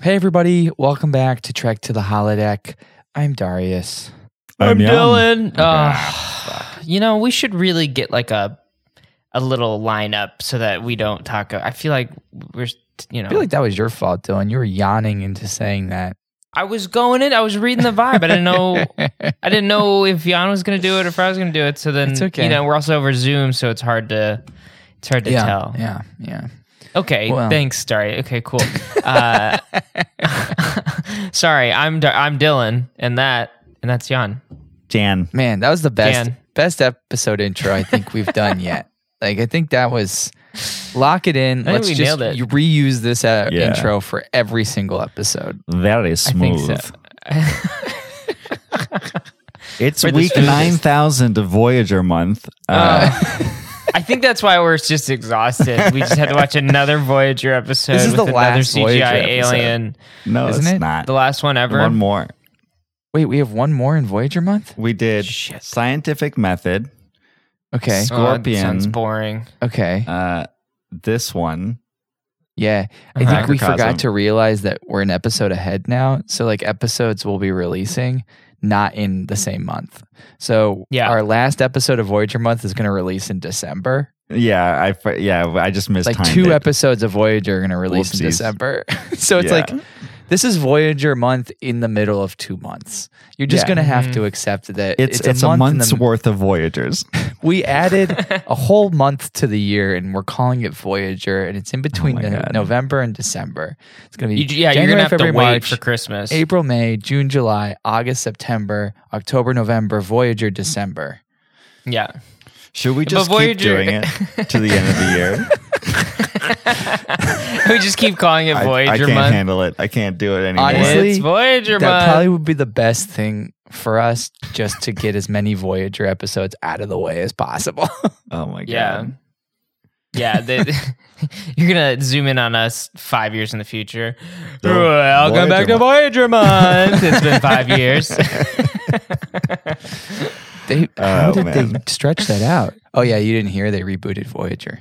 Hey, everybody. Welcome back to Trek to the Holodeck. I'm Darius. I'm Yum. Dylan. Ah, Ah, you know, we should really get like a a little lineup so that we don't talk. I feel like we're, you know, I I, feel like that was your fault, Dylan. You were yawning into saying that. was going in. I was reading the vibe. I didn't know. I didn't know if Jan was going to do it or if I was going to do it. So then, It's okay. you know, we're also over Zoom, so it's hard to it's hard to yeah, tell. yeah, yeah. Okay, Well. thanks, Dari. Okay, cool. Uh, sorry, I'm Dar- I'm Dylan, and that and that's Jan. Jan. Man, that was the best Dan. best episode intro I think we've done yet. Like, I think that was lock it in. I think Let's we just nailed it. you reuse this uh, Yeah. intro for every single episode. Very smooth. I think so. It's We're the week smoothest. 9,000 of Voyager month. Uh, I think that's why we're just exhausted. We just had to watch another Voyager episode. This is with the another last CGI Voyager episode. alien. no, Isn't it's it? not. The last one ever. One more. Wait, we have one more in Voyager month. We did Shit. Scientific Method. Okay, Oh, that Scorpion. sounds boring. okay, Uh, this one. yeah. I Uh-huh. think we Microcosm. forgot to realize that we're an episode ahead now. So, like, episodes will be releasing not in the same month. So, Yeah. our last episode of Voyager month is going to release in December. Yeah, I fu- yeah, I just missed Like, two episodes of Voyager are going to release in Whoopsies. December. so, it's like this is Voyager month in the middle of two months. You're just Yeah. going to have Mhm. to accept that it's it's, a, in month's the- worth of Voyagers. We added a whole month to the year, and we're calling it Voyager, and it's in between my the God. November and December. It's gonna be Oh You, yeah, January, you're gonna have February, to wait March, for Christmas. April, May, June, July, August, September, October, November, Voyager, December. Yeah, Should we But just keep Voyager- doing it to the end of the year? we just keep calling it I, Voyager I can't month. handle it. I can't do it anymore. Honestly, it's Voyager that month. probably would be the best thing for us, just to get as many Voyager episodes out of the way as possible. oh my god. yeah, yeah. the- you're gonna zoom in on us five years in the future. The Welcome Voyager back to month. Voyager month. it's been five years. they, how Oh, did they man. stretch that out? Oh yeah, you didn't hear they rebooted Voyager.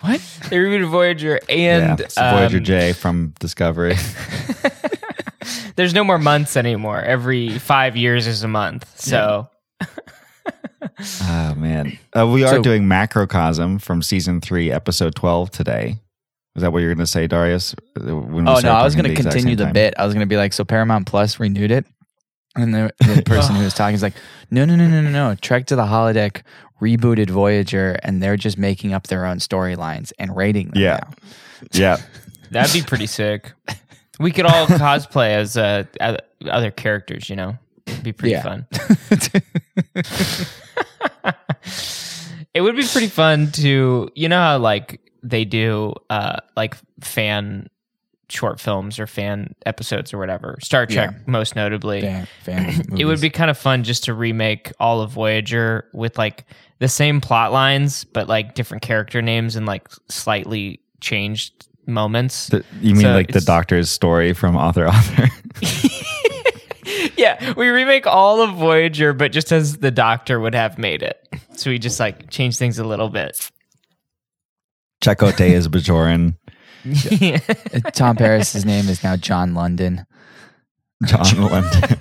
What? they reviewed Voyager Yeah, and it's Voyager um, J from Discovery. There's no more months anymore. Every five years is a month. So Oh man, uh, we are So- doing Macrocosm from season three, episode twelve today. Is that what you're going to say, Darius? Uh, Oh no, I was going to continue the bit. I was going to be like, so Paramount Plus renewed it, and the, the person who was talking is like, no, no, no, no, no, no. Trek to the Holodeck rebooted Voyager, and they're just making up their own storylines and rating them. Yeah. now. Yeah, that'd be pretty sick. We could all cosplay as uh, oth- other characters, you know? It'd be pretty Yeah. fun. it would be pretty fun to, you know, how like they do uh, like fan short films or fan episodes or whatever. Star Trek, most notably. Fan- fan it movies. would be kind of fun just to remake all of Voyager with like the same plot lines, but like different character names and like slightly changed moments. The- you mean So like the it's- Doctor's story from author author? yeah, we remake all of Voyager, but just as the Doctor would have made it. So we just like change things a little bit. Chakotay is Bajoran. Tom Paris's name is now John London. John London.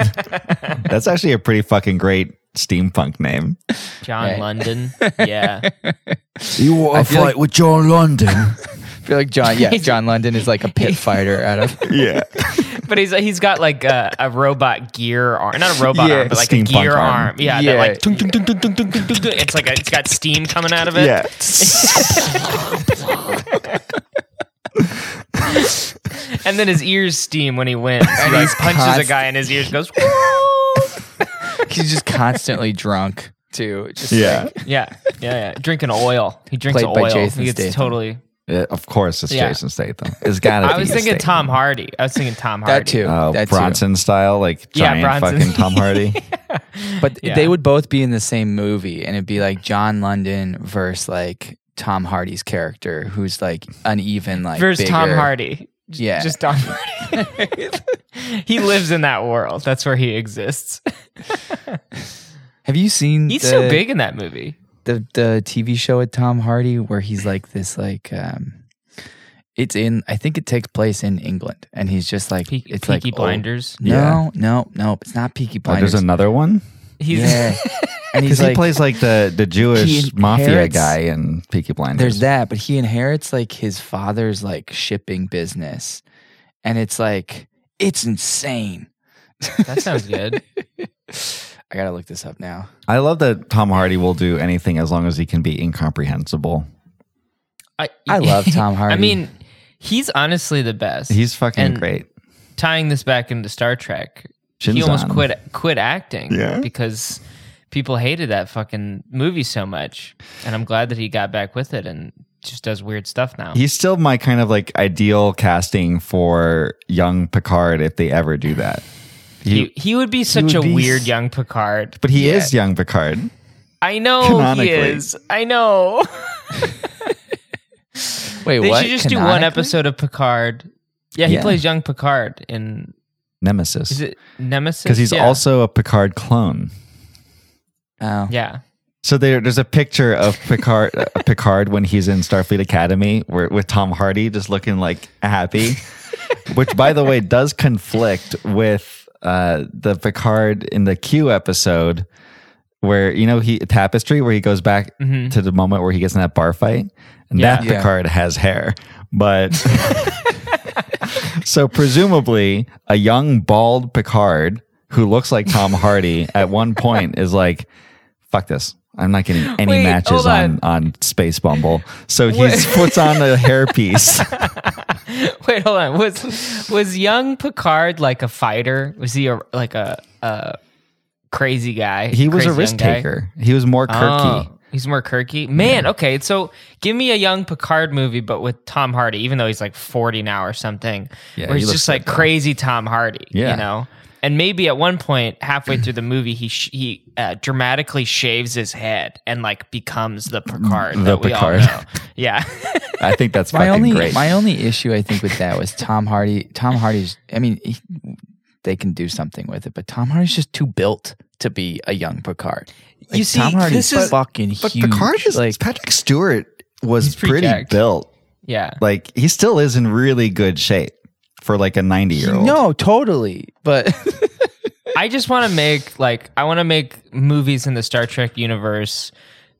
That's actually a pretty fucking great steampunk name. John Right. London. Yeah. You want I feel like- with John London? I feel like John. Yeah, John London is like a pit fighter out of. yeah, But he's he's got like a, a robot gear arm. Not a robot Yeah. arm, but like a Steampunk gear arm. arm. Yeah. Yeah. That like tung, tung, tung, tung, tung, tung, tung, tung. it's like a, it's got steam coming out of it. yeah. And then his ears steam when he wins. He like punches a const- guy and his ears goes. He's just constantly drunk too. Just Yeah, yeah, yeah, yeah. Drinking oil. He drinks Played oil. by Jason he gets Statham. totally. Yeah, of course it's Yeah. Jason Statham. It's got to be. I was thinking Tom Hardy. I was thinking Tom Hardy. that too. Uh, that too. Bronson style, like Yeah, giant Bronson. fucking Tom Hardy. But Yeah. they would both be in the same movie, and it'd be like John London versus like Tom Hardy's character, who's like uneven, like Versus Tom bigger. Hardy. J- Yeah. Just Tom Hardy. he lives in that world. That's where he exists. Have you seen He's the, so big in that movie. the the TV show with Tom Hardy where he's like this like um it's in. I think it takes place in England, and he's just like Pe- it's Peaky like oh, Blinders. Yeah. No, no, no. It's not Peaky Oh, there's Blinders. another one He's yeah, and he's because he like plays like the the Jewish He mafia inherits- guy in Peaky Blinders. There's that, but he inherits like his father's like shipping business. And it's like, it's insane. that sounds good. I gotta look this up now. I love that Tom Hardy will do anything as long as he can be incomprehensible. I, I love Tom Hardy. I mean, he's honestly the best. He's fucking And great. tying this back into Star Trek. he Shin's almost on. quit quit acting Yeah. because people hated that fucking movie so much, and I'm glad that he got back with it and just does weird stuff now. He's still my kind of like ideal casting for young Picard if they ever do that. he, he would be such would a be weird s- young Picard. But he is young Picard. I know he Canonically. is. I know. wait, they what? should just do one Canonically? episode of Picard. Yeah, he Yeah. plays young Picard in is Nemesis. it Nemesis? Because he's Yeah. also a Picard clone. Oh. yeah. So there, there's a picture of Picard, uh, Picard when he's in Starfleet Academy, where with Tom Hardy just looking like happy, which by the way does conflict with uh, the Picard in the Q episode, where you know he tapestry, where he goes back to the moment where he gets in that bar fight, and Yeah. that Yeah. Picard has hair, but so presumably a young bald Picard who looks like Tom Hardy at one point is like, "Fuck this." I'm not getting any Wait, matches hold on. on on. Space Bumble. So he Wait. puts on a hairpiece. Wait, hold on. Was was young Picard like a fighter? Was he a like a, a crazy guy? He Crazy was a young risk guy? taker. He was more Kirky. Oh, he's more Kirky. Man, okay. So give me a young Picard movie, but with Tom Hardy, even though he's like 40 now or something, Yeah, where he he's looks just like crazy Tom Hardy, Yeah. you know? And maybe at one point, halfway through the movie, he sh- he uh, dramatically shaves his head and like becomes the Picard. The that we all Picard. know. Yeah. I think that's My fucking only great. my only issue I think with that was Tom Hardy. Tom Hardy's I mean, he, they can do something with it, but Tom Hardy's just too built to be a young Picard. Like, You see, Tom Hardy's this is- fucking but huge. Picard is like, Patrick Stewart was He's pretty pretty jacked. built. yeah. Like he still is in really good shape for like a 90 year old. no, totally. But I just want to make like I want to make movies in the Star Trek universe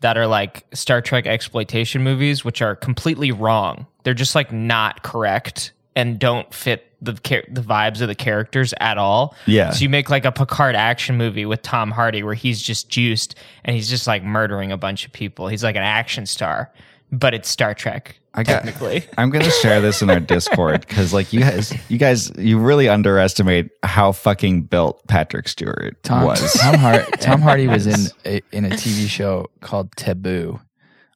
that are like Star Trek exploitation movies, which are completely wrong. They're just like not correct and don't fit the char- the vibes of the characters at all. Yeah. So you make like a Picard action movie with Tom Hardy where he's just juiced and he's just like murdering a bunch of people. He's like an action star, but it's Star Trek. I got- technically. I'm gonna share this in our Discord because, like, you guys, you guys, you really underestimate how fucking built Patrick Stewart Tom, was. Tom, Har- Tom Hardy was in a, in a TV show called Taboo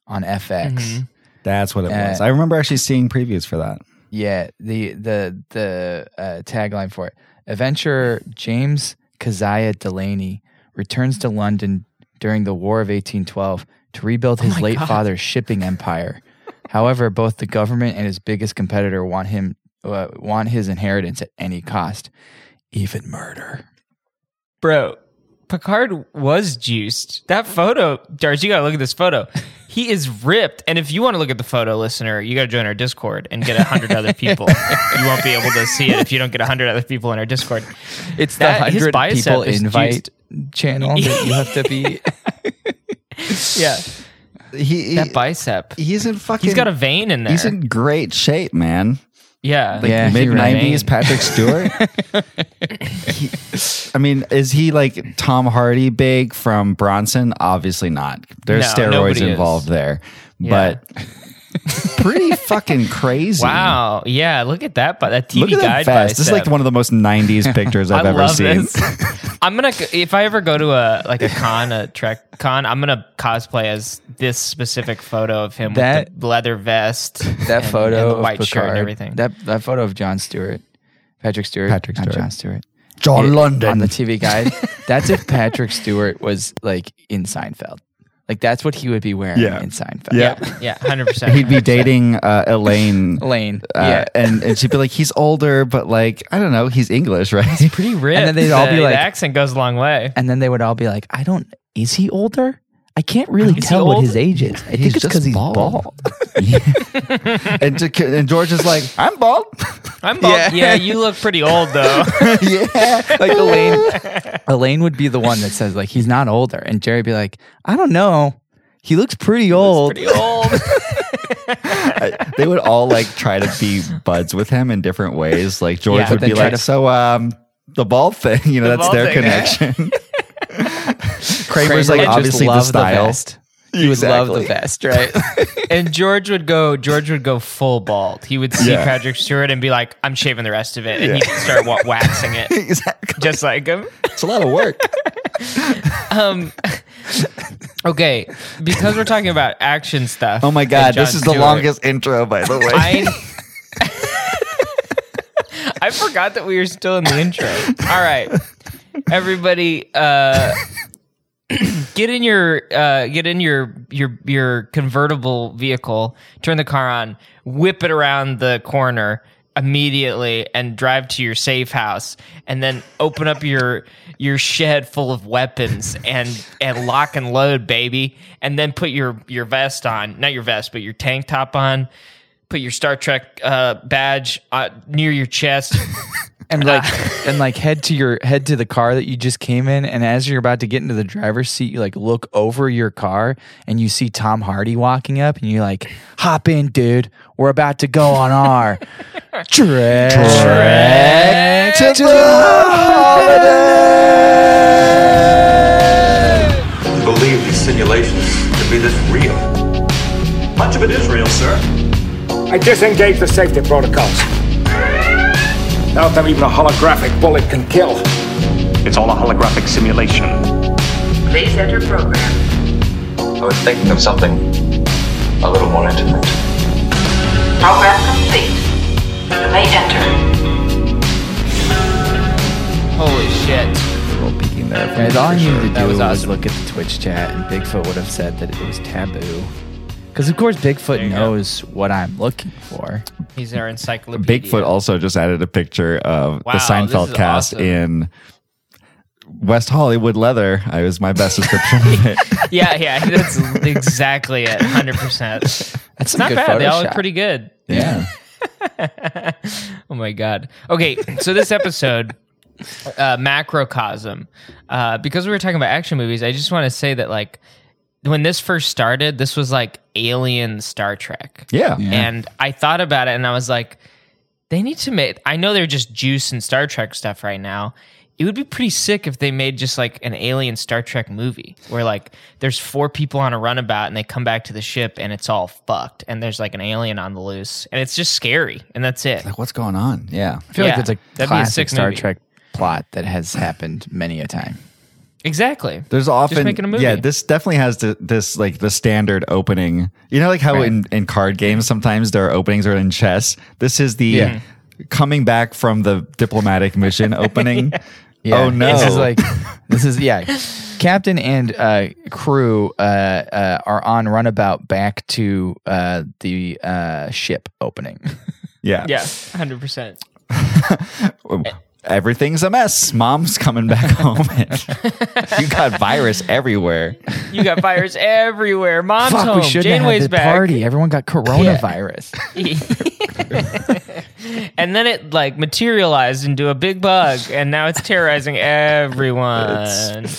on FX. Mm-hmm. That's what it Uh, was. I remember actually seeing previews for that. Yeah, the the the uh, tagline for it: Adventurer James Keziah Delaney returns to London during the War of 1812 to rebuild Oh his late father's shipping empire. However, both the government and his biggest competitor want him uh, want his inheritance at any cost, even murder. Bro, Picard was juiced. That photo, Darge, you gotta look at this photo. He is ripped. And if you want to look at the photo, listener, you gotta join our Discord and get a hundred other people. You won't be able to see it if you don't get a hundred other people in our Discord. It's That- the his hundred bicep people is invite channel that you have to be. Yeah. He, That bicep. he's in fucking. He's got a vein in there. He's in great shape, man. yeah. Like Yeah, he mid remained. '90s Patrick Stewart. He- I mean, is he like Tom Hardy big from Bronson? Obviously not. There's No, steroids nobody is. involved there, Yeah. but pretty fucking crazy. wow. Yeah. Look at that. But that TV Look at guide that vest. bicep. This is like one of the most '90s pictures I've I ever love seen. this. I'm gonna if I ever go to a like a con, a trek con, I'm gonna cosplay as this specific photo of him That- with the leather vest, that and- photo and the of white shirt, Picard, and everything. That that photo of John Stewart, Patrick Stewart, Patrick not Stewart. John Stewart, John It- London. on the TV guide. that's if Patrick Stewart was like in Seinfeld. Like that's what he would be wearing Yeah. in Seinfeld. yeah. yeah, hundred percent. He'd be dating uh, Elaine. Uh, Lane. yeah. and, and she'd be like, he's older, but like, I don't know, he's English, right? pretty rich. And then they'd all be the, like- the accent goes a long way. And then they would all be like, I don't. Is he older? I can't really Is he tell what old? his age is. I think it's because he's bald. Yeah. and, to, and George is like, I'm bald. I'm bald. Yeah. Yeah. you look pretty old though. yeah. Like Elaine, Elaine would be the one that says like he's not older, and Jerry would be like, I don't know, he looks pretty old. pretty old. I- they would all like try to be buds with him in different ways. Like George Yeah, would then be try like, to- so um, the bald thing, you know, The that's bald their thing, yeah. connection. Kramer Kramer's like would just obviously the love style. vest. He would love the vest, right? and George would go. George would go full bald. He would see Yeah. Patrick Stewart and be like, "I'm shaving the rest of it," and he'd start wa- waxing it, exactly. just like him. It's a lot of work. Um, okay, because we're talking about action stuff. Oh my and God. This Jon is the Stewart, longest intro, by the way. I I forgot that we were still in the intro. All right, everybody, uh, get in your uh, get in your your your convertible vehicle, turn the car on, whip it around the corner immediately, and drive to your safe house, and then open up your your shed full of weapons and and lock and load, baby, and then put your your vest on, not your vest, but your tank top on. Put your Star Trek uh, badge uh, near your chest, and like Ah. and like head to your head to the car that you just came in and as you're about to get into the driver's seat you like look over your car and you see tom hardy walking up and you're like hop in dude we're about to go on our trek, Trek to the believe these simulations to be this real. Much of it is real, sir. I disengage the safety protocols. Not that even a holographic bullet can kill. It's all a holographic simulation. Please enter program. I was thinking of something a little more intimate. Program complete. You may enter. Holy shit. Guys, all I needed to do That was was, awesome. look at the Twitch chat, and Bigfoot would have said that it was taboo. Because of course, Bigfoot knows what I'm looking for. He's our encyclopedia. Bigfoot also just added a picture of Wow, the this is Seinfeld cast awesome. in West Hollywood leather. I was my best description of it. Yeah, yeah, that's exactly it. 100%. That's It's not bad. They all look pretty good. Yeah. Oh my god. Okay, so this episode, uh, macrocosm, uh, because we were talking about action movies, I just want to say that like when this first started, this was like Alien Star Trek. Yeah. And I thought about it and I was like, they need to make I know they're just juice and Star Trek stuff right now. It would be pretty sick if they made just like an alien Star Trek movie where like there's four people on a runabout and they come back to the ship and it's all fucked and there's like an alien on the loose and it's just scary and that's it. Like, what's going on? Yeah. I feel Yeah, like it's that'd be a a classic sick Star movie. Trek plot that has happened many a time. Exactly. There's often making a movie. yeah. This definitely has the, this like the standard opening. You know, like how in, in card games sometimes there are openings or in chess. This is the Yeah. coming back from the diplomatic mission opening. Oh no! This is like this is yeah. Captain and uh, crew uh, uh, are on runabout back to uh, the uh, ship opening. yeah, Yeah, 100%. Everything's a mess. Mom's coming back home. you got virus everywhere. You got fires everywhere. Mom's Fuck, home. we shouldn't have had Janeway's the back. party. Everyone got coronavirus. and then it like materialized into a big bug and now it's terrorizing everyone.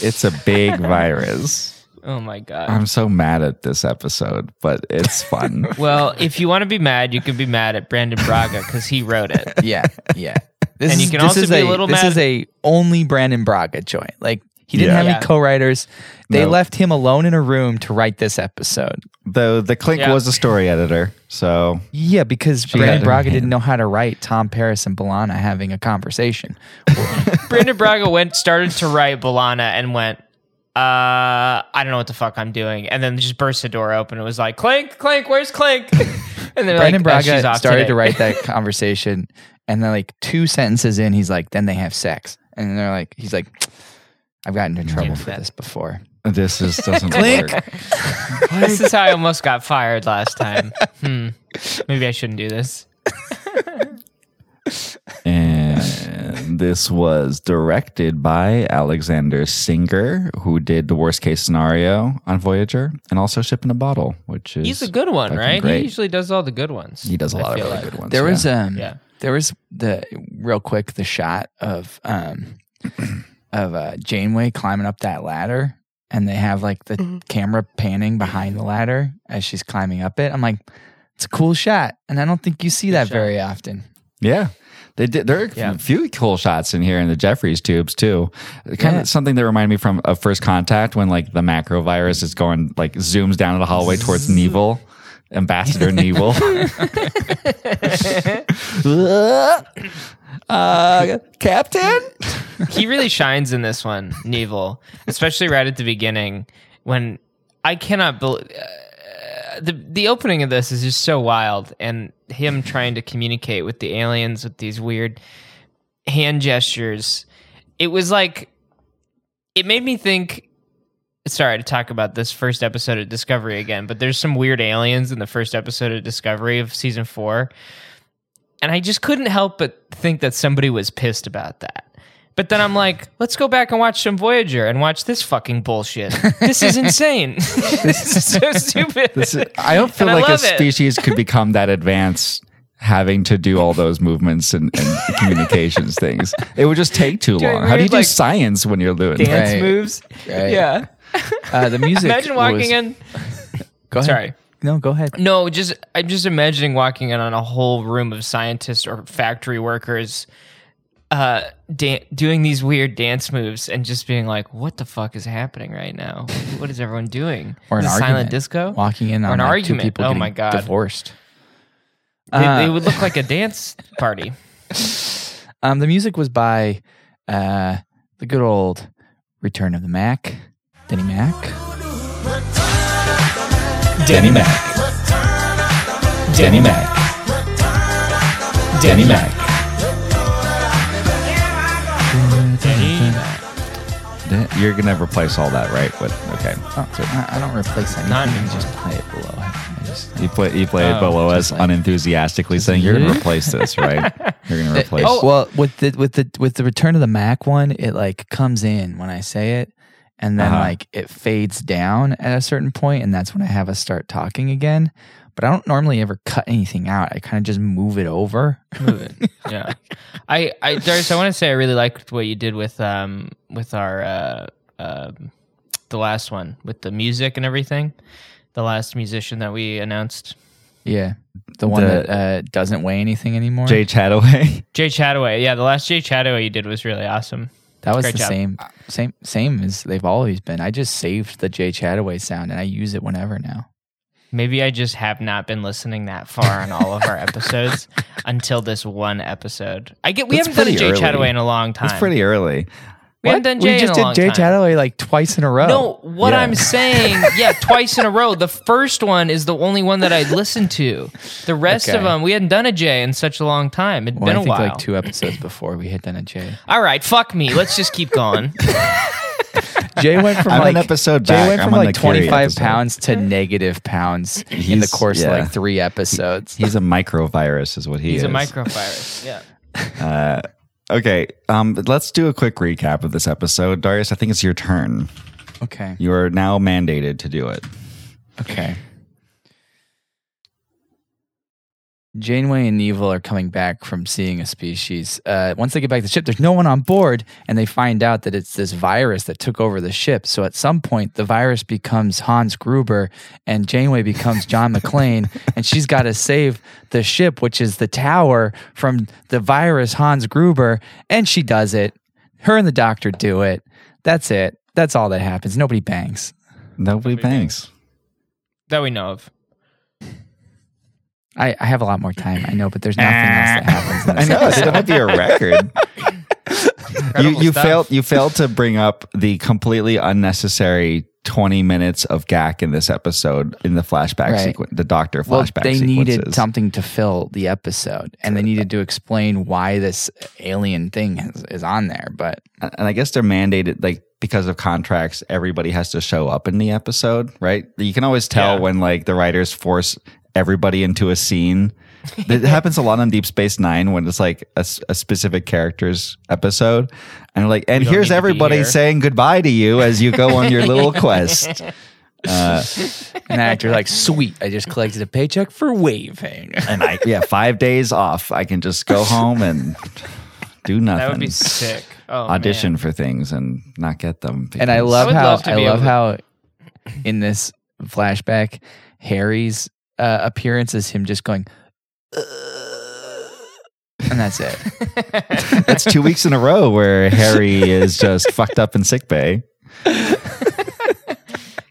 It's a big virus. oh my god. I'm so mad at this episode, but it's fun. Well, if you want to be mad, you can be mad at Brandon Braga because he wrote it. Yeah, yeah. This And you is- can this also is be a little This mad- is a only Brandon Braga joint. Like he didn't Yeah. have Yeah. any co-writers. They No. left him alone in a room to write this episode. Though the Clink Yeah. was a story editor, so Yeah, because got Brandon her Braga hand. didn't know how to write Tom Paris and Balana having a conversation. Brandon Braga went started to write Balana and went, uh, I don't know what the fuck I'm doing, and then just burst the door open. It was like clank, clank, where's clank? And then Brandon like, "Oh, Braga she's off started today." to write that conversation, and then like two sentences in, he's like, "Then they have sex," and they're like, "He's like, I've gotten in trouble for this before." this is doesn't work. This is how I almost got fired last time. Hmm. Maybe I shouldn't do this. And This was directed by Alexander Singer, who did the worst case scenario on Voyager and also Ship in a Bottle, which is He's a good one, fucking right? great. He usually does all the good ones. He does a I lot of feel really like. good ones. There yeah. was um Yeah. there was the real quick the shot of um of uh Janeway climbing up that ladder and they have like the camera panning behind the ladder as she's climbing up it. I'm like, it's a cool shot. And I don't think you see that very often. Yeah. They did, there are Yeah. a few cool shots in here in the Jeffries tubes too. Kind Yeah. of something that reminded me from of First Contact when like the macro virus is going like zooms down the hallway towards Neville, Ambassador Neville. uh, Captain. he really shines in this one, Neville, especially right at the beginning when I cannot believe uh, the the opening of this is just so wild, and him trying to communicate with the aliens with these weird hand gestures. It was like it made me think. Sorry to talk about this first episode of Discovery again, but there's some weird aliens in the first episode of Discovery of season four and I just couldn't help but think that somebody was pissed about that. But then I'm like, let's go back and watch some Voyager and watch this fucking bullshit. This is insane. this is so stupid. I don't feel And I like a love it. species could become that advanced having to do all those movements and, and communications things. It would just take too long. How do you weird, do like, science when you're doing that? Dance Right. moves. Right. Yeah. Uh, the music. Imagine walking was- in. Go ahead. Sorry. No, go ahead. No, just I'm just imagining walking in on a whole room of scientists or factory workers uh dan- doing these weird dance moves and just being like what the fuck is happening right now what is everyone doing Or an Is it argument. silent disco Walking in on or an like, argument two people oh getting my god divorced. They, they Uh, would look like a dance party. Um, the music was by uh, the good old Return of the Mac, Denny Mac. Denny Mac. Denny Mac. Denny Mac. You're gonna replace all that, right? But okay, Oh, I, I don't replace anything. Not I anymore. just play it below. I I just, Oh. you play you play it below us unenthusiastically, saying you're gonna replace this, right? You're gonna replace. oh, well, with the with the with the Return of the Mac one, it like comes in when I say it, and then Uh-huh. like it fades down at a certain point, and that's when I have us start talking again. But I don't normally ever cut anything out. I kind of just move it over. Yeah, I, I, Darius, I want to say I really liked what you did with, um, with our, uh, um the last one with the music and everything. The last musician that we announced, yeah, the one The- that uh, doesn't weigh anything anymore. Jay Chataway. Jay Chataway. Yeah, the last Jay Chataway you did was really awesome. That was Great the job. same, same, same as they've always been. I just saved the Jay Chataway sound and I use it whenever now. Maybe I just have not been listening that far on all of our episodes until this one episode. I get we That's haven't done a pretty Jay early. Chataway in a long time. It's pretty early. we haven't done Jay we in just a did long Jay time. Chataway like twice in a row. No, what Yeah. I'm saying, yeah, twice in a row. The first one is the only one that I listened to. The rest of Okay. them, we hadn't done a J in such a long time. It'd Well, been I a think while. like two episodes before we had done a Jay. All right, fuck me. Let's just keep going. Jay went from I'm like an episode Jay back. went I'm from on like the Curie 25 episode. pounds to negative pounds in the He's- course yeah. of like three episodes. He's a microvirus, is what he He's is. a microvirus. Yeah. Okay, um, let's do a quick recap of this episode, Darius. I think it's your turn. okay, You are now mandated to do it. okay. Janeway and Neville are coming back from seeing a species. Uh, once they get back to the ship, there's no one on board, and they find out that it's this virus that took over the ship. So at some point, the virus becomes Hans Gruber, and Janeway becomes John McClane, and she's got to save the ship, which is the tower, from the virus Hans Gruber, and she does it. Her and the doctor do it. That's it. That's all that happens. Nobody bangs. Nobody bangs. That we know of. I, I have a lot more time, I know, but there's nothing else that happens. In I this know it might be a record. you Incredible you stuff. failed you failed to bring up the completely unnecessary twenty minutes of Gak in this episode in the flashback Right. sequence, the Doctor flashback. well, they needed sequences. something to fill the episode, and they needed to explain why this alien thing is, is on there. But and I guess they're mandated like because of contracts, everybody has to show up in the episode, right? You can always tell Yeah. when like the writers force everybody into a scene it happens a lot on Deep Space Nine when it's like a, s- a specific character's episode, and like, and We don't here's need to be everybody here. saying goodbye to you as you go on your little quest. Uh, And the actor's like, sweet, I just collected a paycheck for waving. and I, yeah, five days off, I can just go home and do nothing. That would be sick. Oh, Audition man. for things and not get them. And I because- love would how love to I be love able to- how in this flashback, Harry's uh, appearance is him just going, "Ugh," and that's it. That's two weeks in a row where Harry is just fucked up in sick bay.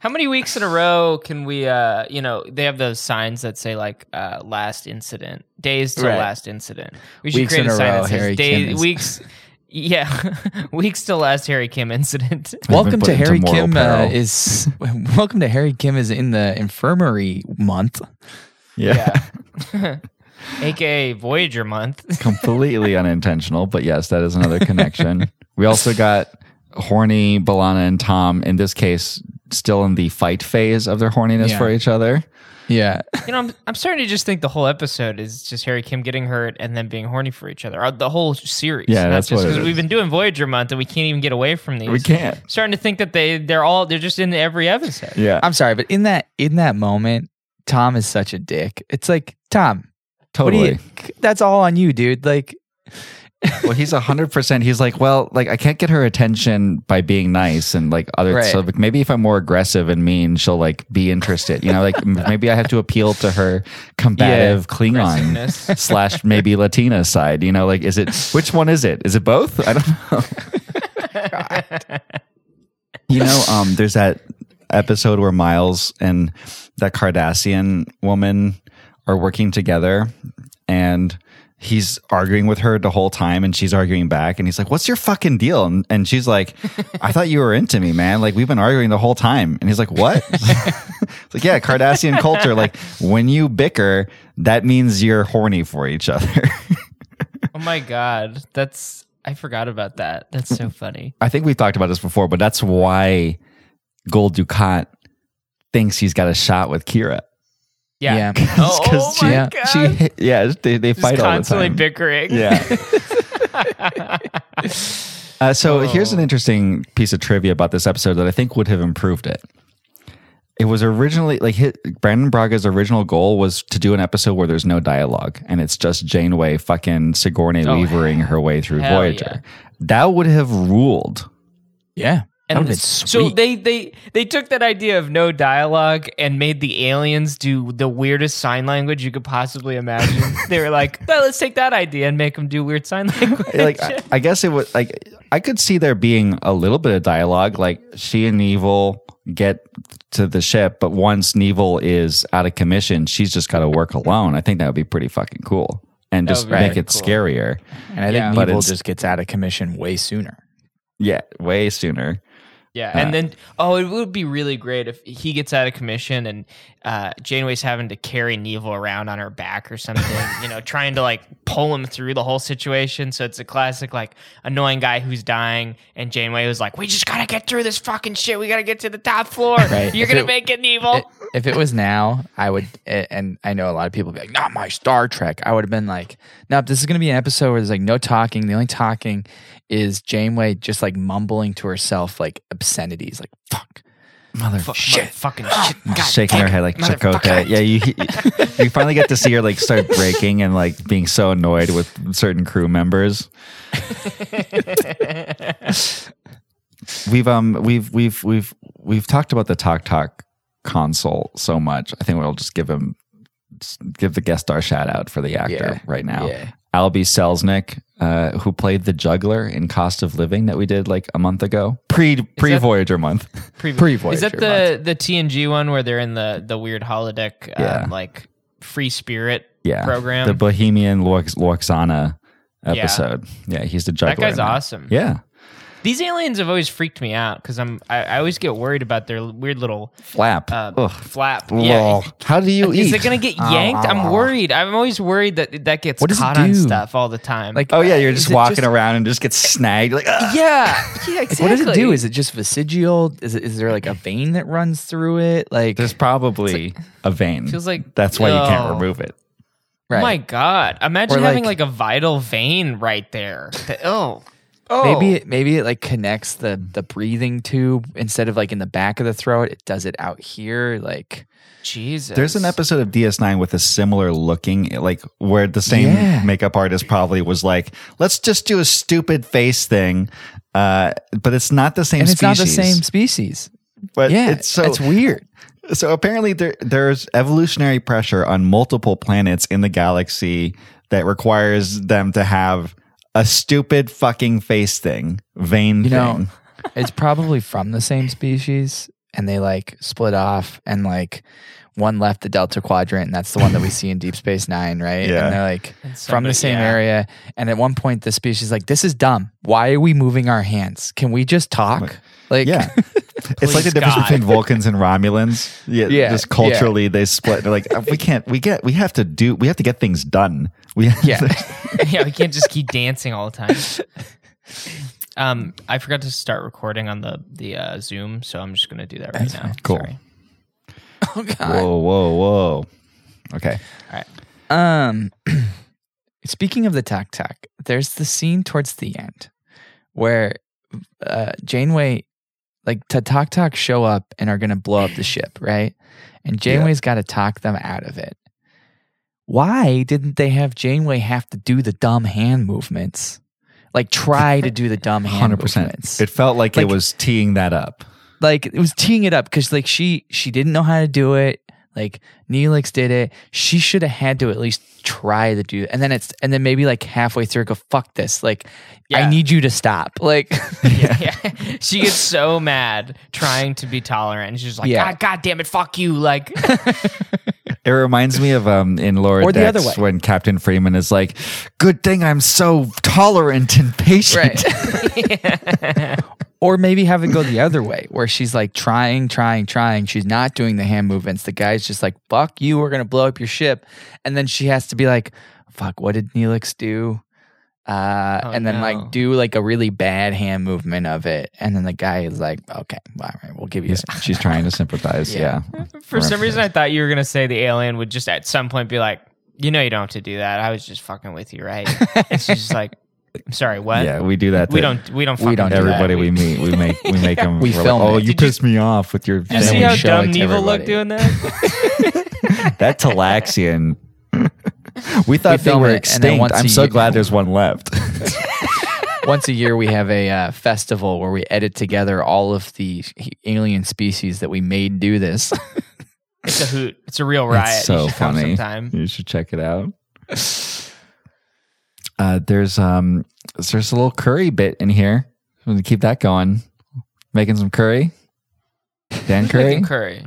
How many weeks in a row can we? Uh, you know, they have those signs that say like uh, "last incident," days to Right. last incident. We Weeks in a row, Harry day- Kim is- weeks. Yeah, weeks to last Harry Kim incident. Welcome put to into Harry moral Kim uh, peril. is welcome to Harry Kim is in the infirmary month. yeah. AKA Voyager month. completely unintentional, but yes, that is another connection. we also got horny Balana and Tom in this case still in the fight phase of their horniness Yeah. for each other. Yeah, You know, I'm, I'm starting to just think the whole episode is just Harry Kim getting hurt and then being horny for each other. Uh, The whole series. Yeah, Not that's just what it because we've is. been doing Voyager month and we can't even get away from these. We can't. starting to think that they they're all they're just in every episode. Yeah. I'm sorry, but in that in that moment, Tom is such a dick. It's like Tom, what do totally. you? That's all on you, dude. Like, well, he's 100%. He's like, well, like I can't get her attention by being nice and like other Right. so like, maybe if I'm more aggressive and mean, she'll like be interested. You know, like m- maybe I have to appeal to her combative Klingon Aggressiveness. slash maybe Latina side. You know, like is it which one is it? Is it both? I don't know. You know, um, there's that episode where Miles and that Cardassian woman are working together and he's arguing with her the whole time and she's arguing back and he's like, What's your fucking deal? And, and she's like, I thought you were into me, man. Like we've been arguing the whole time. And he's like, What? it's like, yeah, Cardassian culture, like when you bicker, that means you're horny for each other. Oh my god, that's I forgot about that. That's so funny. I think we've talked about this before, but that's why Gold Ducat thinks he's got a shot with Kira. Yeah. yeah. Oh, oh 'Cause my she- yeah, god. She, yeah, they, they Just fight all the constantly time. bickering. yeah. uh, so Oh. here's an interesting piece of trivia about this episode that I think would have improved it. It was originally like hit, Brandon Braga's original goal was to do an episode where there's no dialogue and it's just Janeway fucking Sigourney Oh, Weavering her way through hell Voyager. That would have ruled. yeah. That would've been so sweet. they they they took that idea of no dialogue and made the aliens do the weirdest sign language you could possibly imagine. they were like, "No, let's take that idea and make them do weird sign language." like I, I guess it would like I could see there being a little bit of dialogue, like she and Neville get to the ship, but once Neville is out of commission, she's just got to work alone. I think that would be pretty fucking cool, and just would be make pretty it cool. scarier. and I yeah. think But Neville it's- just gets out of commission way sooner. Yeah, way sooner. Yeah, and then oh, it would be really great if he gets out of commission and uh, Janeway's having to carry Neville around on her back or something, you know, trying to like pull him through the whole situation. So it's a classic like annoying guy who's dying, and Janeway was like, "We just gotta get through this fucking shit. We gotta get to the top floor. Right. You're If gonna it- make it, Neville." I- if it was now, I would, a- and I know a lot of people would be like, not my Star Trek. I would have been like, nope, this is going to be an episode where there's like no talking. The only talking is Janeway just like mumbling to herself like obscenities, like fuck, Mother Shit. Fucking shit. Ah, shaking her head like Chakotay. Yeah, you you finally get to see her like start breaking and like being so annoyed with certain crew members. we've um we've we've we've we've talked about the Talk Talk console so much. I think we'll just give him just give the guest star shout out for the actor Yeah. right now. Yeah. Albie Selznick, uh, who played the juggler in Cost of Living that we did like a month ago, pre pre Voyager month. Is that Pre-Voyager the the TNG one where they're in the the weird holodeck um, Yeah. like free spirit yeah, program? the Bohemian Lox- Loxana episode. Yeah. he's the juggler. that guy's in that. awesome. Yeah, These aliens have always freaked me out because I'm I, I always get worried about their weird little flap. uh, Ugh. flap. Lol. How do you Is eat? it gonna get yanked? I'm worried. I'm always worried that that gets Ah, What does it caught on do? stuff all the time. Like, oh yeah, you're is just it walking around and just get snagged. Like, "Ah." "Ugh." yeah, yeah, Like, exactly. what does it do? Is it just vestigial? Is it, is there like a vein that runs through it? Like, there's probably a vein. Feels like- that's why you can't No. remove it. Right. Oh My God. Imagine Or, like- having like a vital vein right there. The- oh. Oh. Maybe it, maybe it like connects the the breathing tube instead of like in the back of the throat. It does it out here. Like Jesus. There's an episode of DS9 with a similar looking, like where the same Yeah. makeup artist probably was like, "Let's just do a stupid face thing," uh, but it's not the same and it's species. not the same species. But yeah, it's so it's weird. so apparently there there's evolutionary pressure on multiple planets in the galaxy that requires them to have a stupid fucking face thing, vein You know, thing. it's probably from the same species, and they like split off, and like one left the Delta Quadrant, and that's the one that we see in Deep Space Nine, right? Yeah. And they're like from somebody- the same yeah. area, and at one point the species is like, "This is dumb. Why are we moving our hands? Can we just talk?" Like, Yeah. it's like Please, the difference God. between Vulcans and Romulans. Yeah, Yeah, just culturally they split. They're like we can't. We get. We have to do. We have to get things done. We have Yeah. to- yeah, we can't just keep dancing all the time. Um, I forgot to start recording on the the uh, Zoom, so I'm just gonna do that right now. Cool. Sorry. oh god. whoa, whoa, whoa. Okay. Um, speaking of the Tok Tok, there's the scene towards the end where uh, Janeway, like the Tok Tok show up and are going to blow up the ship, right? And Janeway's got to talk them out of it. Why didn't they have Janeway have to do the dumb hand movements? Like try to do the dumb hand Hundred percent. movements. It felt like, it Like- was teeing that up. like it was teeing it up because like she she didn't know how to do it. Like Neelix did it. She should have had to at least try to do. And then it's and then maybe like halfway through, go fuck this. Like Yeah. I need you to stop. Like Yeah. she gets so mad trying to be tolerant. and She's just like, Yeah. God, God damn it, fuck you! Like, It reminds me of um in Laura Or the Dex other way. when Captain Freeman is like, "Good thing I'm so tolerant and patient." right. or maybe have it go the other way where she's like trying, trying, trying. She's not doing the hand movements. The guy's just like, fuck you, we're gonna blow up your ship. And then she has to be like, fuck, what did Neelix do? Uh, Oh, and then no. like do like a really bad hand movement of it. And then the guy is like, okay, all right, we'll give you He's- She's trying to sympathize. yeah. for some reason, I thought you were gonna say the alien would just at some point be like, you know, you don't have to do that. I was just fucking with you, right? and she's just like, I'm sorry, what? yeah, we do that. we to- don't, we don't, we fucking don't do that. everybody we meet, we make we make them. We film oh, it. you Did you- pissed me off with your. Did you And see then how we show dumb it to Neville looked everybody. doing that? that Talaxian. We thought they film were it, and then extinct. once I'm a so year- glad there's one left. once a year we have a uh, festival where we edit together all of the alien species that we made do this. it's a hoot. It's a real riot. It's so you should come funny. sometime. You should check it out. Uh, there's um, there's a little curry bit in here. I'm gonna keep that going. Making some curry. Dan Curry, Making Curry.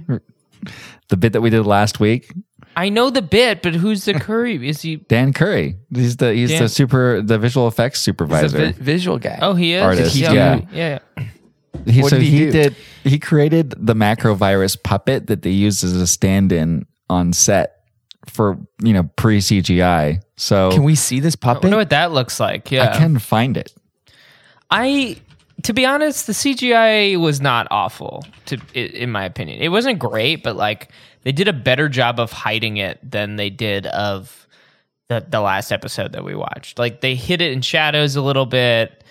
the bit that we did last week. I know the bit, but who's the Curry? Is he? Dan Curry. He's the he's Dan- the super the visual effects He's supervisor. a vi- visual guy. Oh, he is. Artist, He's- yeah. yeah. He, What so did he he do? did. He created the macrovirus puppet that they used as a stand-in on set for you know pre CGI. So Can we see this I wonder puppet? what that looks like. Yeah, I can find it. I to be honest, the CGI was not awful. To i- in my opinion, it wasn't great, but like they did a better job of hiding it than they did of the the last episode that we watched. Like they hid it in shadows a little bit,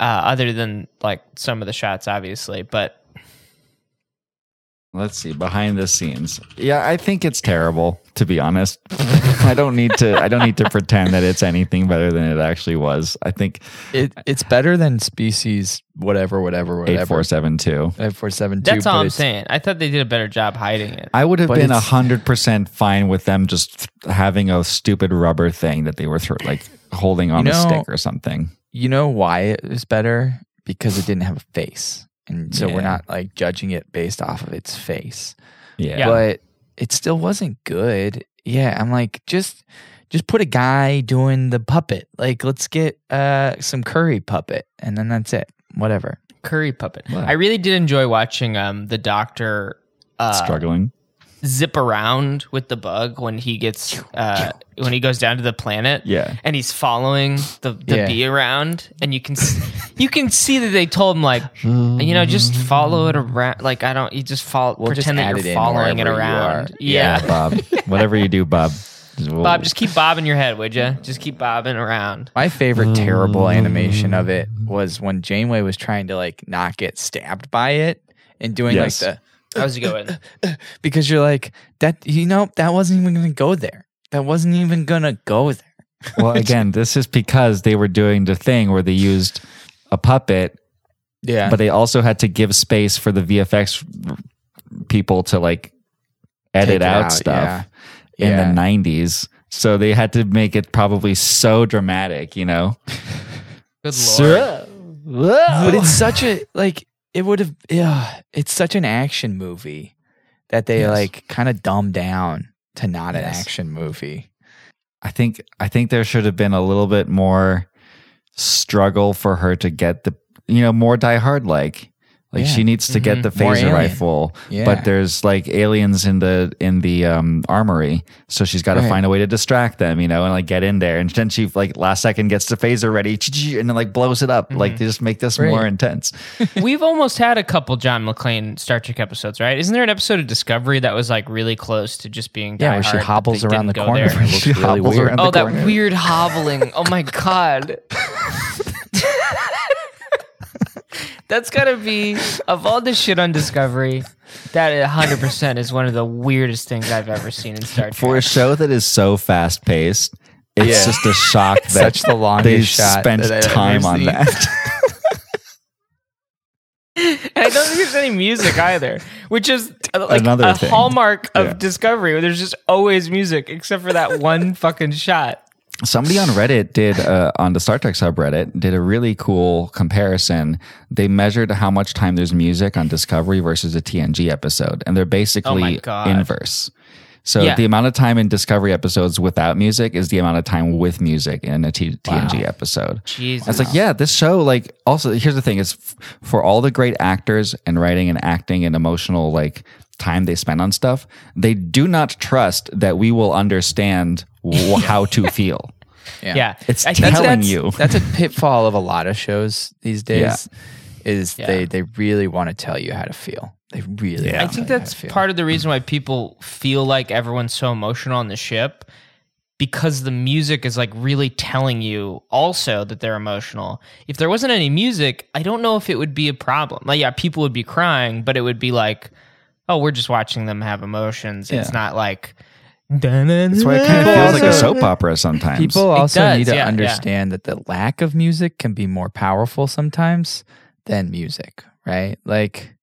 uh, other than like some of the shots, obviously. But Let's see behind the scenes. Yeah, I think it's terrible to be honest. I don't need to. I don't need to pretend that it's anything better than it actually was. I think It, it's better than species whatever, whatever, whatever. eight four seven two. Eight four seven two. that's all but I'm it's- saying. I thought they did a better job hiding it. I would have But been it's- hundred percent fine with them just having a stupid rubber thing that they were through, like holding on You a know- stick or something. You know why it was better? Because it didn't have a face, and so Yeah. we're not like judging it based off of its face. Yeah. But it still wasn't good. Yeah, I'm like just just put a guy doing the puppet. Like let's get uh some curry puppet, and then that's it. Whatever. Curry puppet. Wow. I really did enjoy watching um the doctor uh, struggling. zip around with the bug when he gets uh, when he goes down to the planet. Yeah. and he's following the, the Yeah. bee around, and you can s- you can see that they told him like you know just follow it around. Like I don't, you just follow We'll just pretend add that it you're in following it wherever you are. around. Yeah, Bob. Whatever you do, Bob. We'll- Bob, just keep bobbing your head, would you? Just keep bobbing around. My favorite terrible animation of it Mm. was when Janeway was trying to like not get stabbed by it and doing Yes. like How's it going? the because you're like that you know that wasn't even gonna go there. That wasn't even gonna go there. well, again, this is because they were doing the thing where they used a puppet, Yeah. but they also had to give space for the VFX people to like Take edit it out, out, stuff yeah. in Yeah. the 90s. So they had to make it probably so dramatic, you know? Good lord. So- Whoa. but it's such a like it would have yeah, it's such an action movie that they Yes. like kind of dumb down to not an Yes. action movie. I think I think there should have been a little bit more struggle for her to get the you know more Die Hard like like Yeah. she needs to get the More phaser alien. rifle, Yeah. but there's like aliens in the in the um, armory, so she's got to Right. find a way to distract them, you know, and like get in there, and then she like last second gets the phaser ready, and then like blows it up, like they just make this more Right. intense. We've almost had a couple John McClane Star Trek episodes, right? Isn't there an episode of Discovery that was like really close to just being Yeah, Die where she Hard, but hobbles they around the didn't go corner. there? and It looks She really hobbles weird. around Oh, the that corner. weird hobbling. Oh my god. That's gotta be of all the shit on Discovery, that 100 percent is one of the weirdest things I've ever seen in Star Trek. for a show that is so fast paced. It's Yeah. just a shock that Such the longest they shot spent that I've ever time on seen. that. And I don't think there's any music either, which is uh, like Another a thing. hallmark of Yeah. Discovery. Where there's just always music, except for that one fucking shot. somebody on reddit did uh, on the star trek subreddit did a really cool comparison they measured how much time there's music on discovery versus a tng episode and they're basically Oh God. inverse so Yeah. the amount of time in discovery episodes without music is the amount of time with music in a T- tng episode Jesus. it's like yeah this show like also here's the thing is f- for all the great actors and writing and acting and emotional like time they spend on stuff they do not trust that we will understand w- how to feel yeah, it's I think telling that's- you. Oh, That's a pitfall of a lot of shows these days. Is Yeah. they they really want to tell you how to feel. They really. Yeah. wanna I tell think you how that's to feel. part of the reason why people feel like everyone's so emotional on the ship because the music is like really telling you also that they're emotional. If there wasn't any music, I don't know if it would be a problem. Like, yeah, people would be crying, but it would be like, oh, we're just watching them have emotions. It's Yeah. not like, That's why it kind of People feels like a also- soap opera sometimes. People also does, need to yeah, yeah. understand that the lack of music can be more powerful sometimes than music, right? Like,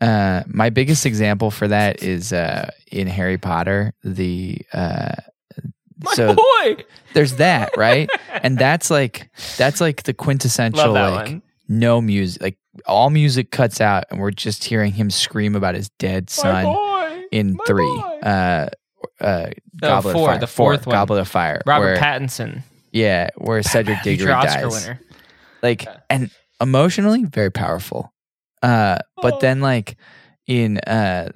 uh, my biggest example for that is uh, in Harry Potter. The uh, my so boy. there's that, right? and that's like that's like the quintessential Love that like one. no music, like all music cuts out, and we're just hearing him scream about his dead son boy. in my three. boy. Uh, uh, No, Goblet four, of Fire, the four, fourth one. Goblet of Fire. where- Robert Pattinson, yeah, where Cedric Diggory future Oscar dies. winner. Like, and emotionally very powerful. Uh, but then like in uh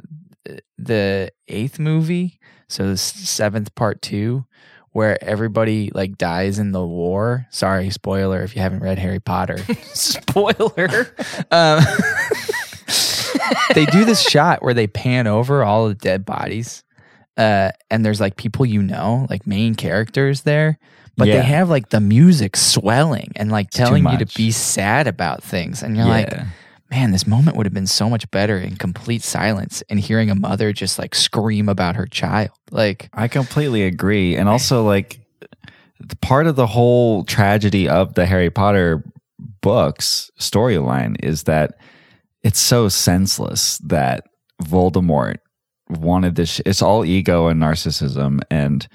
the eighth movie, so the s- seventh part two, where everybody like dies in the war. Sorry, spoiler if you haven't read Harry Potter. Spoiler. um, they do this shot where they pan over all the dead bodies. Uh, and there's like people you know, like main characters there, but Yeah. they have like the music swelling and like too telling you to much. be sad about things. And you're like, Yeah. man, this moment would have been so much better in complete silence and hearing a mother just like scream about her child. Like, I completely agree. And also, like, the part of the whole tragedy of the Harry Potter books storyline is that it's so senseless that Voldemort wanted this. Sh- it's all ego and narcissism. And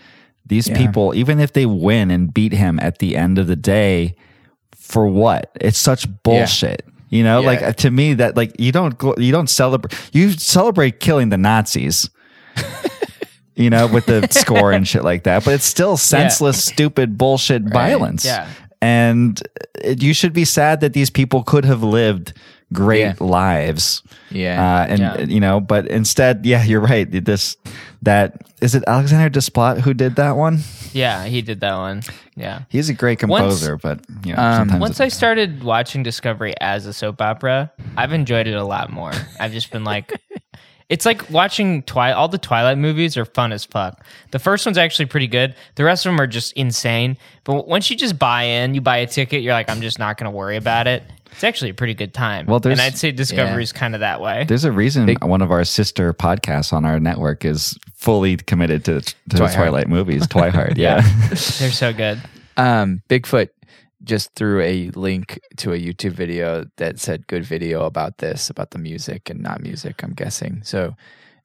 these Yeah. people, even if they win and beat him at the end of the day, for what? It's such bullshit. You know, Yeah. like uh, to me, that like you don't go, you don't celebrate. You celebrate killing the Nazis you know, with the score and shit like that. But it's still senseless, stupid, bullshit violence. yeah. And it, you should be sad that these people could have lived great Yeah. lives. Yeah. Uh, and, you know, but instead, yeah, you're right. This, that, is it Alexander Desplat who did that one? yeah, he did that one. Yeah. He's a great Once- composer, but, you know, sometimes. Once I started watching Discovery as a soap opera, I've enjoyed it a lot more. I've just been like, It's like watching Twilight. All the Twilight movies are fun as fuck. The first one's actually pretty good. The rest of them are just insane. But once you just buy in, you buy a ticket, you're like, I'm just not going to worry about it. It's actually a pretty good time. Well, Well, there's- and I'd say Discovery's kind of that way. There's a reason one of our sister podcasts on our network is fully committed to, to the Twihard. Twilight movies. Twihard, yeah. They're so good. Um, Bigfoot just threw a link to a YouTube video that said good video about this, about the music and not music, I'm guessing. So,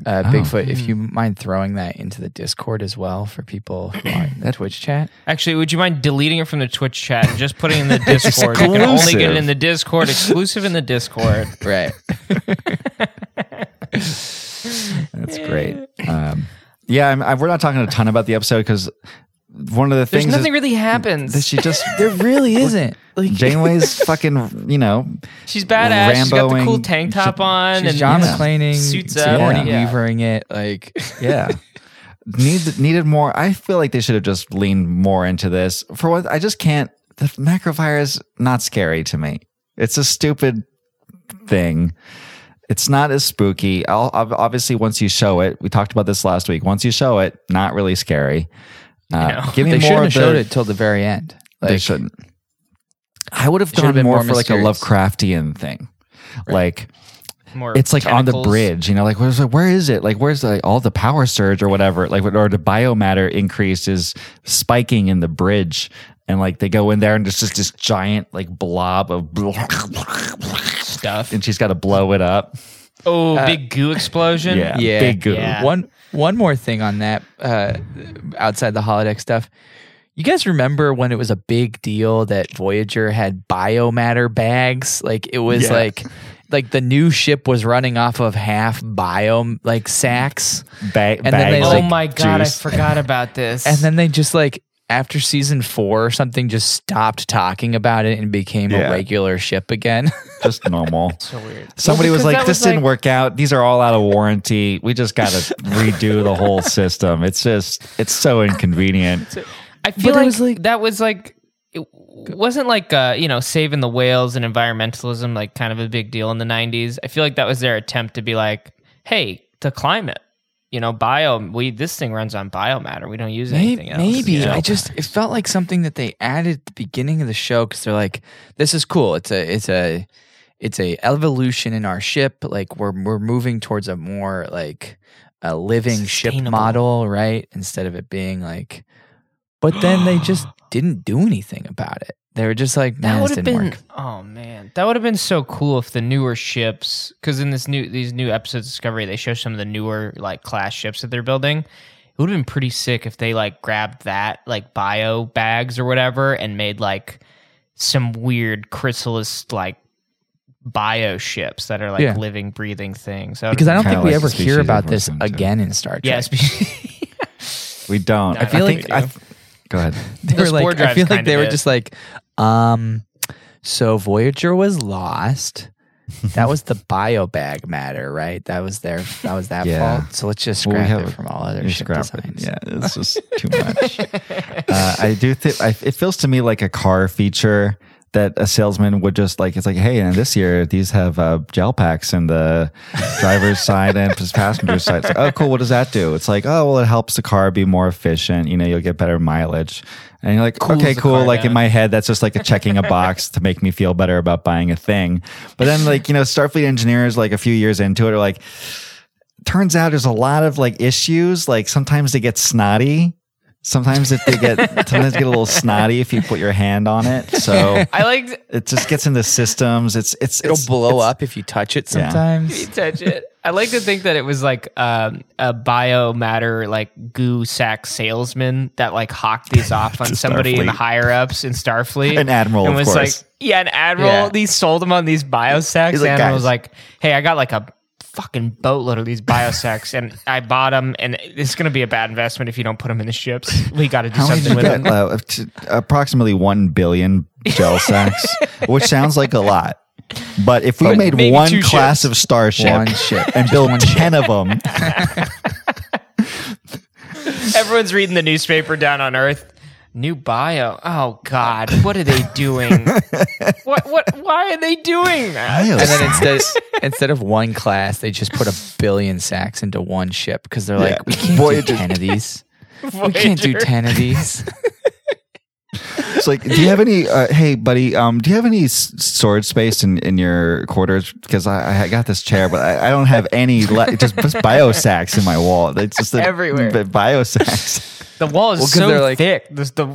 Oh, uh, Bigfoot, if you mind throwing that into the Discord as well for people who are in the Twitch chat. Actually, would you mind deleting it from the Twitch chat and just putting it in the Discord? you can only get it in the Discord, exclusive in the Discord. Right. That's great. Um, yeah, I'm, I, we're not talking a ton about the episode because one of the There's things nothing is really happens. that she just there really isn't. Like, Janeway's fucking, you know, She's badass. She's got the cool Ramboing. tank top on. She's and John yeah. McClaning, Suits up. Sigourney Yeah. Weavering it. Like, yeah. Need, needed more. I feel like they should have just leaned more into this. For what I just can't. The macrovirus not scary to me. It's a stupid thing. It's not as spooky. I'll, ob- obviously, once you show it, we talked about this last week. Once you show it, not really scary. Uh, Give me they more shouldn't of have showed the, it till the very end. they Like, shouldn't. I would have should have gone been more, more for like a mysterious. Lovecraftian thing. Like more it's like on tentacles. the bridge, you know, like where's where is it? Like where's like all the power surge or whatever? Like or the biomatter increase is spiking in the bridge, and like they go in there and there's just this giant like blob of stuff. and she's got to blow it up. Oh, big goo explosion. Oh Yeah, yeah, big goo. Yeah. One one more thing on that uh, outside the holodeck stuff. You guys remember when it was a big deal that Voyager had biomatter bags? Like it was Yeah. like like the new ship was running off of half bio like sacks. Ba- then they, bags Oh like, my god, juice. I forgot about this. And then they just like after season 4 or something just stopped talking about it and became Yeah. a regular ship again. just normal. so weird. Somebody Well, was because like, that "This didn't like- work out. These are all out of warranty. We just got to redo the whole system. It's just, it's so inconvenient." I But feel it like, was like- that was like it wasn't like uh, you know saving the whales and environmentalism like kind of a big deal in the 90s. I feel like that was their attempt to be like, hey, the climate, you know, bio. We this thing runs on biomatter. We don't use May- anything Maybe, else. you know? I just it felt like something that they added at the beginning of the show because they're like, "This is cool. It's a it's a it's a evolution in our ship. Like we're we're moving towards a more like a living ship Sustainable. model, right? Instead of it being like." But then they just didn't do anything about it. They were just like, "Nah, That this would have didn't been work." oh man, that would have been so cool if the newer ships, because in this new these new episodes of Discovery, they show some of the newer like class ships that they're building. It would have been pretty sick if they like grabbed that like bio bags or whatever and made like some weird chrysalis like bio ships that are like Yeah. living, breathing things. That would've Because I been don't Kinda think we like ever the species hear about of this person, too. again in Star Trek. yeah, spe- We don't. I feel think. like we do. th- go ahead. they The were spore like, I drives feel like kinda they were did. just like, um, so Voyager was lost. That was the bio bag matter, right? That was their that was that Yeah. fault. So let's just Well, we scrap have- it from all other You ship scrap it. designs. Yeah, it's just too much. uh, I do think I- it feels to me like a car feature that a salesman would just like. It's like, hey, and this year these have uh, gel packs in the driver's side and pas- passenger side. It's like, oh, cool. What does that do? It's like, oh, well, it helps the car be more efficient. You know, you'll get better mileage. And you're like, okay, the cool. car Like in down. my head, that's just like a checking a box to make me feel better about buying a thing. But then, like you know, Starfleet engineers, like a few years into it, are like turns out there's a lot of like issues. Like sometimes they get snotty. Sometimes if they get sometimes they get a little snotty if you put your hand on it. So I like it just gets into systems. It's it's It'll it's- blow it's- up if you touch it Yeah. sometimes. You touch it. I like to think that it was like um, a biomatter like goo sack salesman that like hawked these off on To somebody in the Starfleet. higher ups in Starfleet. An admiral, and of was course. like, yeah, an admiral. Yeah. These sold them on these biosacks, He's like, and I was "Guys." like, hey, I got like a fucking boatload of these biosacks, and I bought them, and it's gonna be a bad investment if you don't put them in the ships. We got to do How many something did with you them. get? Uh, t- approximately one billion gel sacks, which sounds like a lot. But if we But made maybe one two class ships. of starship One ship. and build ten of them, Everyone's reading the newspaper down on Earth. New bio. Oh God, what are they doing? what? What? Why are they doing that? And then instead Instead of one class, they just put a billion sacks into one ship because they're Yeah. like, we can't Voyager. do ten of these. we can't do Voyager. ten of these. It's like, do you have any? Uh, hey, buddy, um, do you have any s- storage space in, in your quarters? Because I, I got this chair, but I, I don't have any. Le- just just bio sacks in my wall. It's just the- Everywhere. the bio sacks. The wall is Well, 'cause so they're like- thick. This, the,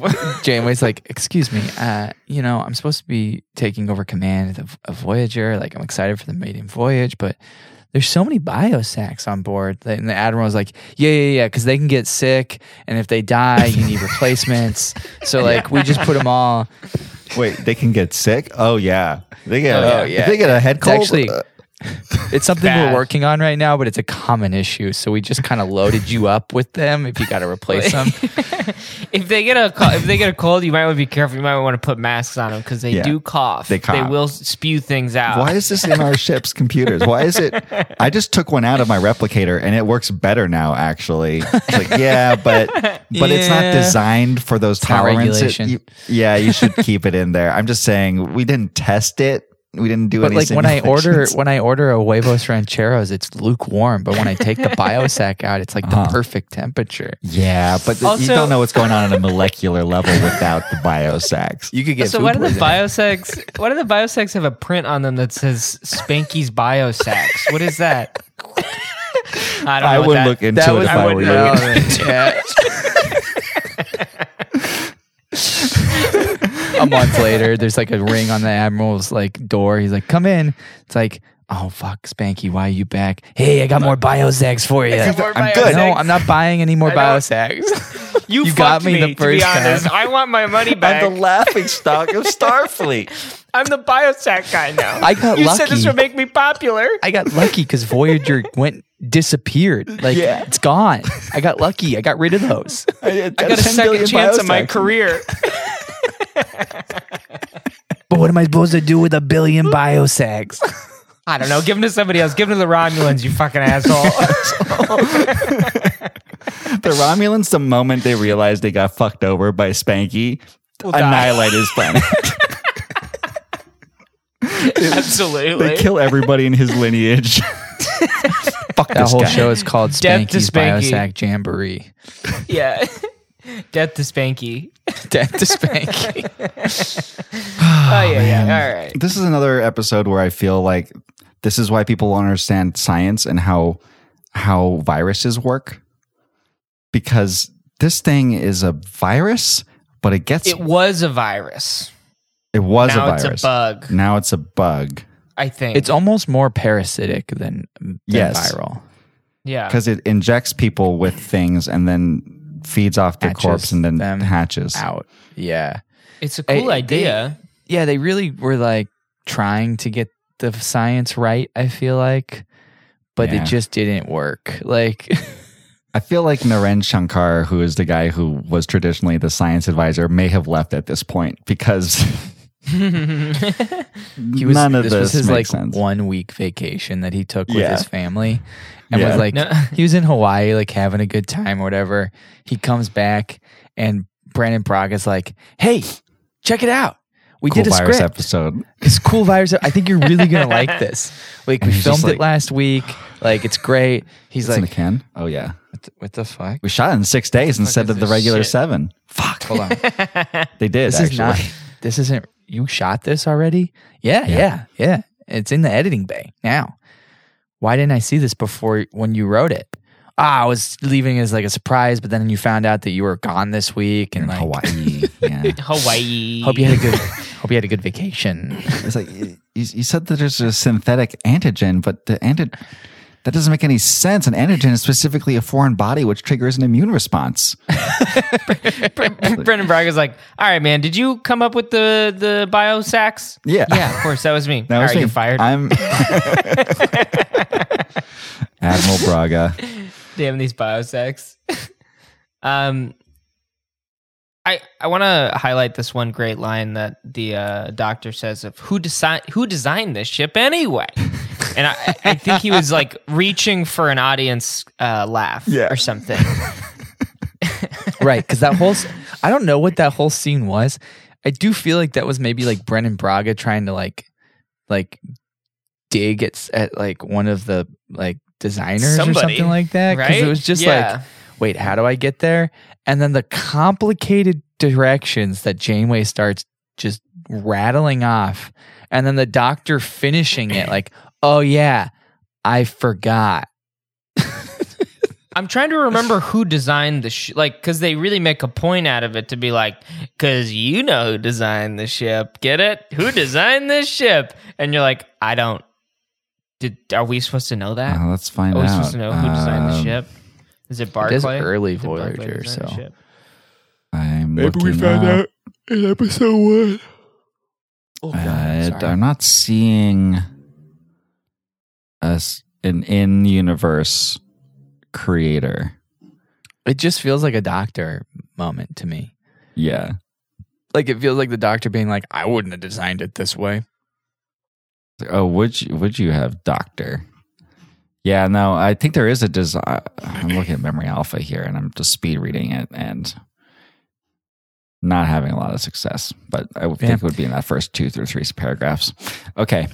Janeway's like, excuse me, uh, you know, I'm supposed to be taking over command of, of Voyager. Like, I'm excited for the maiden voyage, but there's so many biosacks on board. And the admiral's like, yeah, yeah, yeah, because they can get sick, and if they die, you need replacements. So like, we just put them all. Wait, they can get sick. Oh yeah, they get. Oh, uh, yeah. if they get a head It's cold. actually- uh, It's something Bad. we're working on right now, but it's a common issue. So we just kind of loaded you up with them if you got to replace them. if they get a co- if they get a cold, you might want to be careful. You might want to put masks on them because they Yeah. do cough. They cough. will spew things out. Uh, why is this in our ship's computers? Why is it? I just took one out of my replicator and it works better now. Actually, it's like yeah, but but it's not Yeah. designed for those not tolerances. regulation. You- yeah, you should keep it in there. I'm just saying we didn't test it. We didn't do But anything. like when I order when I order a huevos rancheros, it's lukewarm. But when I take the biosac out, it's like the perfect temperature. yeah, but Uh-huh. you Also- don't know what's going on on a molecular level without the biosacs. You could get so food why do the poisoning. biosex why do the biosex have a print on them that says Spanky's Biosex? What is that? I don't know. I what wouldn't that- look into it if I, were you. Yeah. a month later, there's like a ring on the admiral's like door. He's like, "Come in." It's like, "Oh fuck, Spanky, why are you back?" Hey, I got more biosacs for you. I'm good. No, I'm not buying any more I know. biosacs. You, You fucked got me the to be first time. honest. I want my money back. I'm the laughing stock of Starfleet. I'm the Biosac guy now. I got you said this lucky. would make me popular. I got lucky because Voyager went disappeared. Like Yeah. it's gone. I got lucky. I got rid of those. I, I got a second chance at my career. But what am I supposed to do with a billion biosacs? I don't know. Give them to somebody else. Give them to the Romulans, you fucking asshole. The Romulans, the moment they realized they got fucked over by Spanky, annihilate his planet. Absolutely. they kill everybody in his lineage. Fuck That this whole guy. show is called Death to Spanky's Spanky. Biosac Jamboree. yeah. Death to Spanky. Death to Spanky. Oh, yeah, yeah. All right. This is another episode where I feel like this is why people don't understand science and how how viruses work. Because this thing is a virus, but it gets It it, was a virus. was now a virus. it's a bug, Now it's a bug. I think. it's almost more parasitic than, than Yes. viral. yeah. Because it injects people with things and then feeds off their Hatches corpse and then them hatches. Out. Yeah. It's a cool I- idea. Yeah, they really were like trying to get the science right, I feel like. But Yeah. it just didn't work. Like I feel like Naren Shankar, who is the guy who was traditionally the science advisor, may have left at this point because he was none of this, this was his like makes sense. one week vacation that he took with Yeah. his family and Yeah. was like No. he was in Hawaii like having a good time or whatever. He comes back and Brandon Brock is like, "Hey, check it out. We cool did a virus script. episode. It's cool virus. I think you're really gonna like this. Like we he's just filmed like- it last week. Like it's great. He's It's in the like, can. Oh yeah, what the, what the fuck? we shot it in six days instead is of the this regular shit? seven. Fuck, Hold on. they did This actually. is not. This isn't. You shot this already? Yeah, Yeah. yeah, yeah, It's in the editing bay now. Why didn't I see this before when you wrote it? Ah, I was leaving it as like a surprise, but then you found out that you were gone this week and in like, Hawaii. yeah, Hawaii. Hope you had a good. hope you had a good vacation. it's like you, you said that there's a synthetic antigen, but the anti that doesn't make any sense. An antigen is specifically a foreign body which triggers an immune response. Brendan Braga is like, all right, man, did you come up with the, the bio sacks? Yeah. Yeah, of course. That was me. That all was right, me. you're fired. I'm Admiral Braga. Uh, Damn these biosects. um, I I want to highlight this one great line that the uh, doctor says of who design who designed this ship anyway, and I, I think he was like reaching for an audience uh, laugh Yeah. or something. right because that whole s- i don't know what that whole scene was i do feel like that was maybe like brendan braga trying to like like dig at, at like one of the like designers Somebody, or something like that because right? it was just Yeah. like, wait, how do I get there? And then the complicated directions that Janeway starts just rattling off, and then the doctor finishing it like, oh yeah, I forgot. I'm trying to remember who designed the ship, like, because they really make a point out of it to be like, because you know who designed the ship, get it? Who designed this ship? And you're like, I don't. Did are we supposed to know that? Oh, Uh, let's find are we out. supposed to know who designed the Um, ship? Is it It Barclay? is early Did Barclay Voyager, design the so. ship? Um, I'm looking up. in episode one. Oh, Uh, I'm not seeing us an in-universe creator. It just feels like a doctor moment to me. Yeah, Like it feels like the doctor being like, I wouldn't have designed it this way. Oh, would you would you have Doctor? Yeah, no, I think there is a design. I'm looking at Memory Alpha here, and I'm just speed reading it and not having a lot of success. But I would think Yeah. it would be in that first two through three paragraphs. Okay.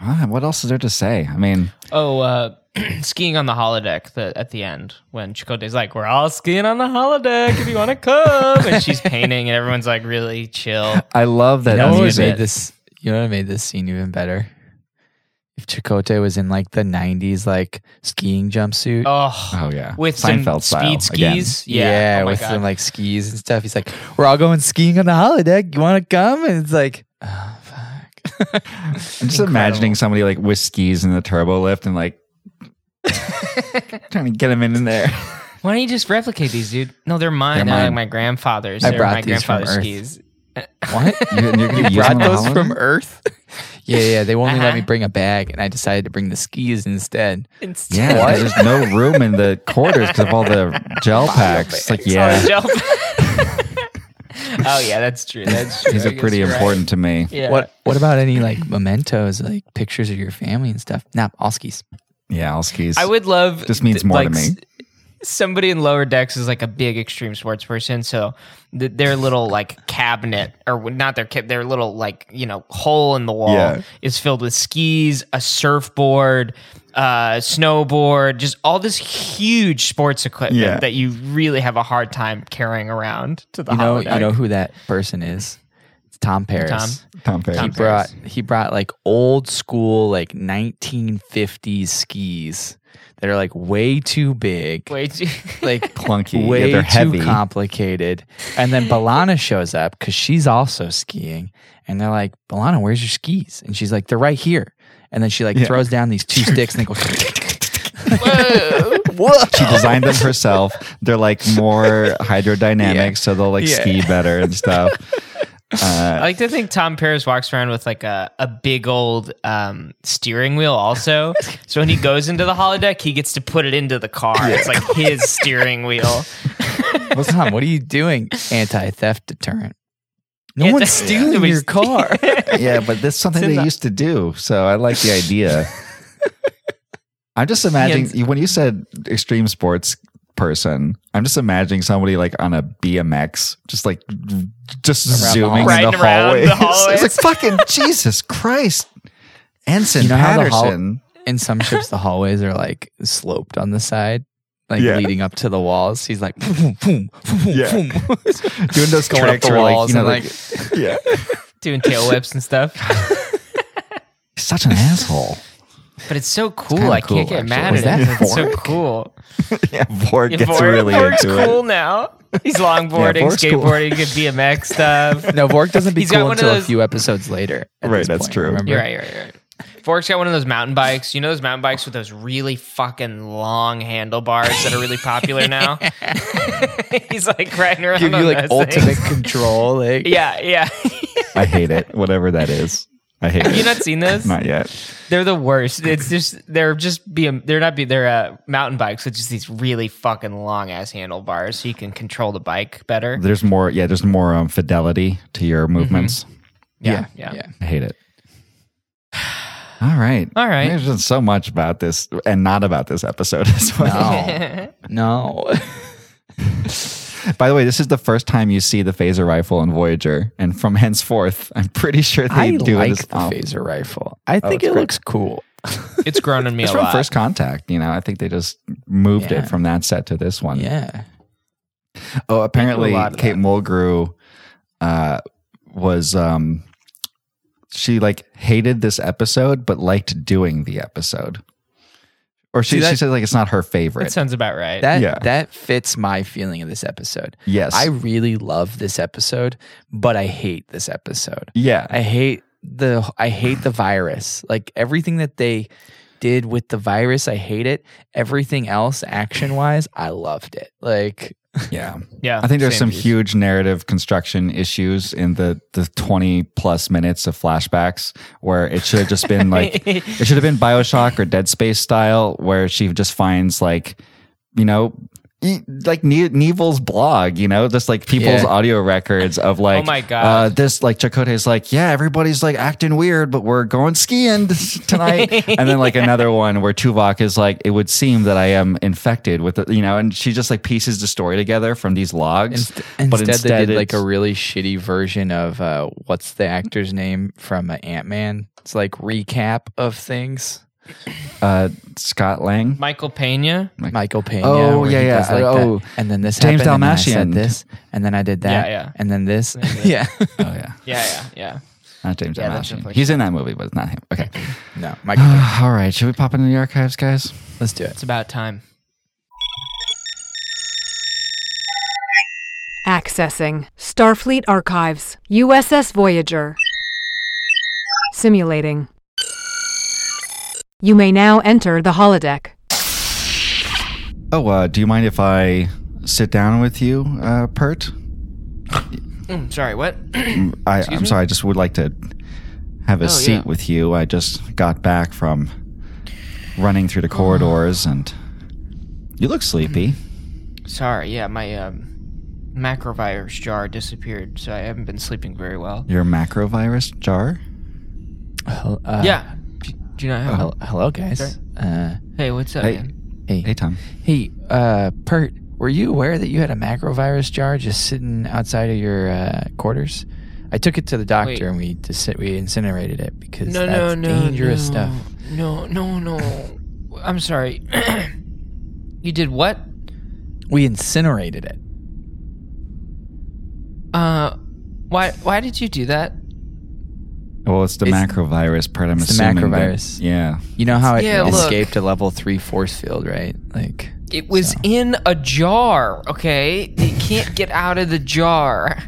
Ah, what else is there to say? I mean, Oh, uh, skiing on the holodeck the, at the end when Chicote's like, "We're all skiing on the holodeck if you want to come," and she's painting, and everyone's like, really chill. I love that You know what would've music. made this? You know what made this scene even better? If Chakotay was in like the '90s, like skiing jumpsuit. Oh, Oh yeah, with some Seinfeld style speed skis. again. Yeah, oh my with God. some like skis and stuff. He's like, "We're all going skiing on the holodeck. You want to come?" And it's like, oh, fuck. I'm just imagining somebody like with skis in the turbo lift and like trying to get him in there. Why don't you just replicate these, dude? No, they're mine. They're They're, mine. like my grandfather's. I They're brought my these from grandfather's Earth. skis. What? You, you're gonna use brought them on the those from holiday? Earth? yeah, yeah. They won't let me Uh-huh. bring a bag, and I decided to bring the skis instead. Instead Yeah, What? there's no room in the quarters because of all the gel packs. It's Like, on yeah, the shelf. oh yeah, that's true. That's true. these I are guess pretty you're right. important to me. Yeah. What What about any like mementos, like pictures of your family and stuff? Nah, all skis. Yeah, all skis. I would love. This means th- more to s- me. Somebody in lower decks is like a big extreme sports person, so th- their little like cabinet or not their ca- their little like you know hole in the wall Yeah. is filled with skis, a surfboard, uh, snowboard, just all this huge sports equipment Yeah. that you really have a hard time carrying around to the You know, holiday. you know who that person is. It's Tom Paris. Tom. Tom Perry. He Tom brought he brought like old school like 1950s skis that are like way too big, Wait, like Clunky. Yeah, way they're heavy. too complicated. And then Balana shows up because she's also skiing, and they're like, "Balana, where's your skis?" And she's like, "They're right here." And then she like throws down these two sticks and they go. She designed them herself. They're like more hydrodynamic, so they'll like ski better and stuff. Uh, I like to think Tom Paris walks around with like a, a big old um, steering wheel also. so when he goes into the holodeck, he gets to put it into the car. It's like his steering wheel. What's Tom? What are you doing? Anti theft deterrent. No Anti- one's Yeah. stealing Nobody's your car. Yeah, but that's something they used to do. So I like the idea. I'm just imagining when you said extreme sports person, I'm just imagining somebody like on a BMX, just like just zooming in Riding the around hallways. the hallways. it's like fucking Jesus Christ. Ensign You know how the hall- Patterson. in some ships the hallways are like sloped on the side like Yeah. leading up to the walls he's like boom boom boom Yeah. boom doing those going up tricks the where, walls like, you know, and like, like yeah. Doing tail whips and stuff. Such an asshole. But it's so cool. kinda I can't cool, get actually. mad Was at it. that It's so Vork? cool. Yeah, Borg Yeah, gets Vork- really Vork's into cool it. now. He's longboarding, Vork's cool. skateboarding, good BMX stuff. no Vork doesn't be He's got cool one of until a those- few episodes later at Right, this that's point, true. remember? You're right, you're right, you're right. Fork's got one of those mountain bikes. You know those mountain bikes with those really fucking long handlebars that are really popular now? He's like riding around. give on you like those things. ultimate control like Yeah, yeah. I hate it. Whatever that is. I hate it. you not seen this? not yet. They're the worst. It's just they're just being they're not be they're uh, mountain bikes with just these really fucking long ass handlebars so you can control the bike better. there's more yeah there's more um, fidelity to your movements Mm-hmm. Yeah, yeah, yeah. yeah. i hate it all right All right. there's just so much about this and not about this episode as well no no by the way this is the first time you see the phaser rifle in voyager and from henceforth i'm pretty sure they I do like this the off- phaser rifle I think it looks cool. It's grown on me It's a from lot. First Contact. You know, I think they just moved Yeah. it from that set to this one. Yeah. Oh, apparently lot of Kate Mulgrew uh, was um, she like hated this episode but liked doing the episode. Or she, See, that- she said like it's not her That favorite. sounds about right. That Yeah. that fits my feeling of this episode. yes. I really love this episode, but I hate this episode. yeah. I hate the I hate the virus. Like everything that they did with the virus, I hate it. Everything else action wise, I loved it. Like yeah. yeah, I think there's same some piece. huge narrative construction issues in the the 20 plus minutes of flashbacks where it should have just been like it should have been BioShock or Dead Space style where she just finds like you know e- like ne- Neville's blog, you know, just like people's Yeah. audio records of like, my God. uh, this like Chakotay's like, yeah, everybody's like acting weird, but we're going skiing tonight. and then like another one where Tuvok is like, it would seem that I am infected with, the, you know, and she just like pieces the story together from these logs. inst- instead, they did like a it's- really shitty version of uh, what's the actor's name from uh, Ant Man. It's like recap of things. uh, Scott Lang. Michael Pena. Michael Pena. Oh, where he yeah, yeah. does, like, that, Oh, and then this James happened, and then I said Dalmatian. this, and then I did that, Yeah, yeah. and then this, yeah. Oh yeah, Yeah, yeah, yeah. not James Yeah, that's Dalmatian. definitely- He's in that movie, but it's not him. Okay. no, Michael, Pena. All right, should we pop into the archives, guys? let's do it. It's about time. Accessing Starfleet Archives, USS Voyager. Simulating. You may now enter the holodeck. Oh, uh, do you mind if I sit down with you, uh, Pert? Mm, sorry, what? I, I'm sorry. I just would like to have a Oh, seat yeah. with you. I just got back from running through the corridors, Ah. and you look sleepy. Mm-hmm. sorry, yeah, my um, macrovirus jar disappeared, so I haven't been sleeping very well. Your macrovirus jar. Hel- uh, yeah. Do, do you not have? hel- hello, guys. Uh, Hey, what's up? Hey, man? Oh. hey, hey, Tom. Hey, uh, Pert, were you aware that you had a macrovirus jar just sitting outside of your uh, quarters? I took it to the doctor Wait. and we dis- we incinerated it because No, no, that's no, dangerous no. stuff. No, no, no. I'm sorry. you did what? We incinerated it. Uh, why? Why did you do that? Well, it's the It's- macrovirus part. I'm it's the assuming. that- macrovirus. yeah. You know how it Yeah, look. escaped a level three force field, right? Like, It was in a jar. Okay, it can't get out of the jar.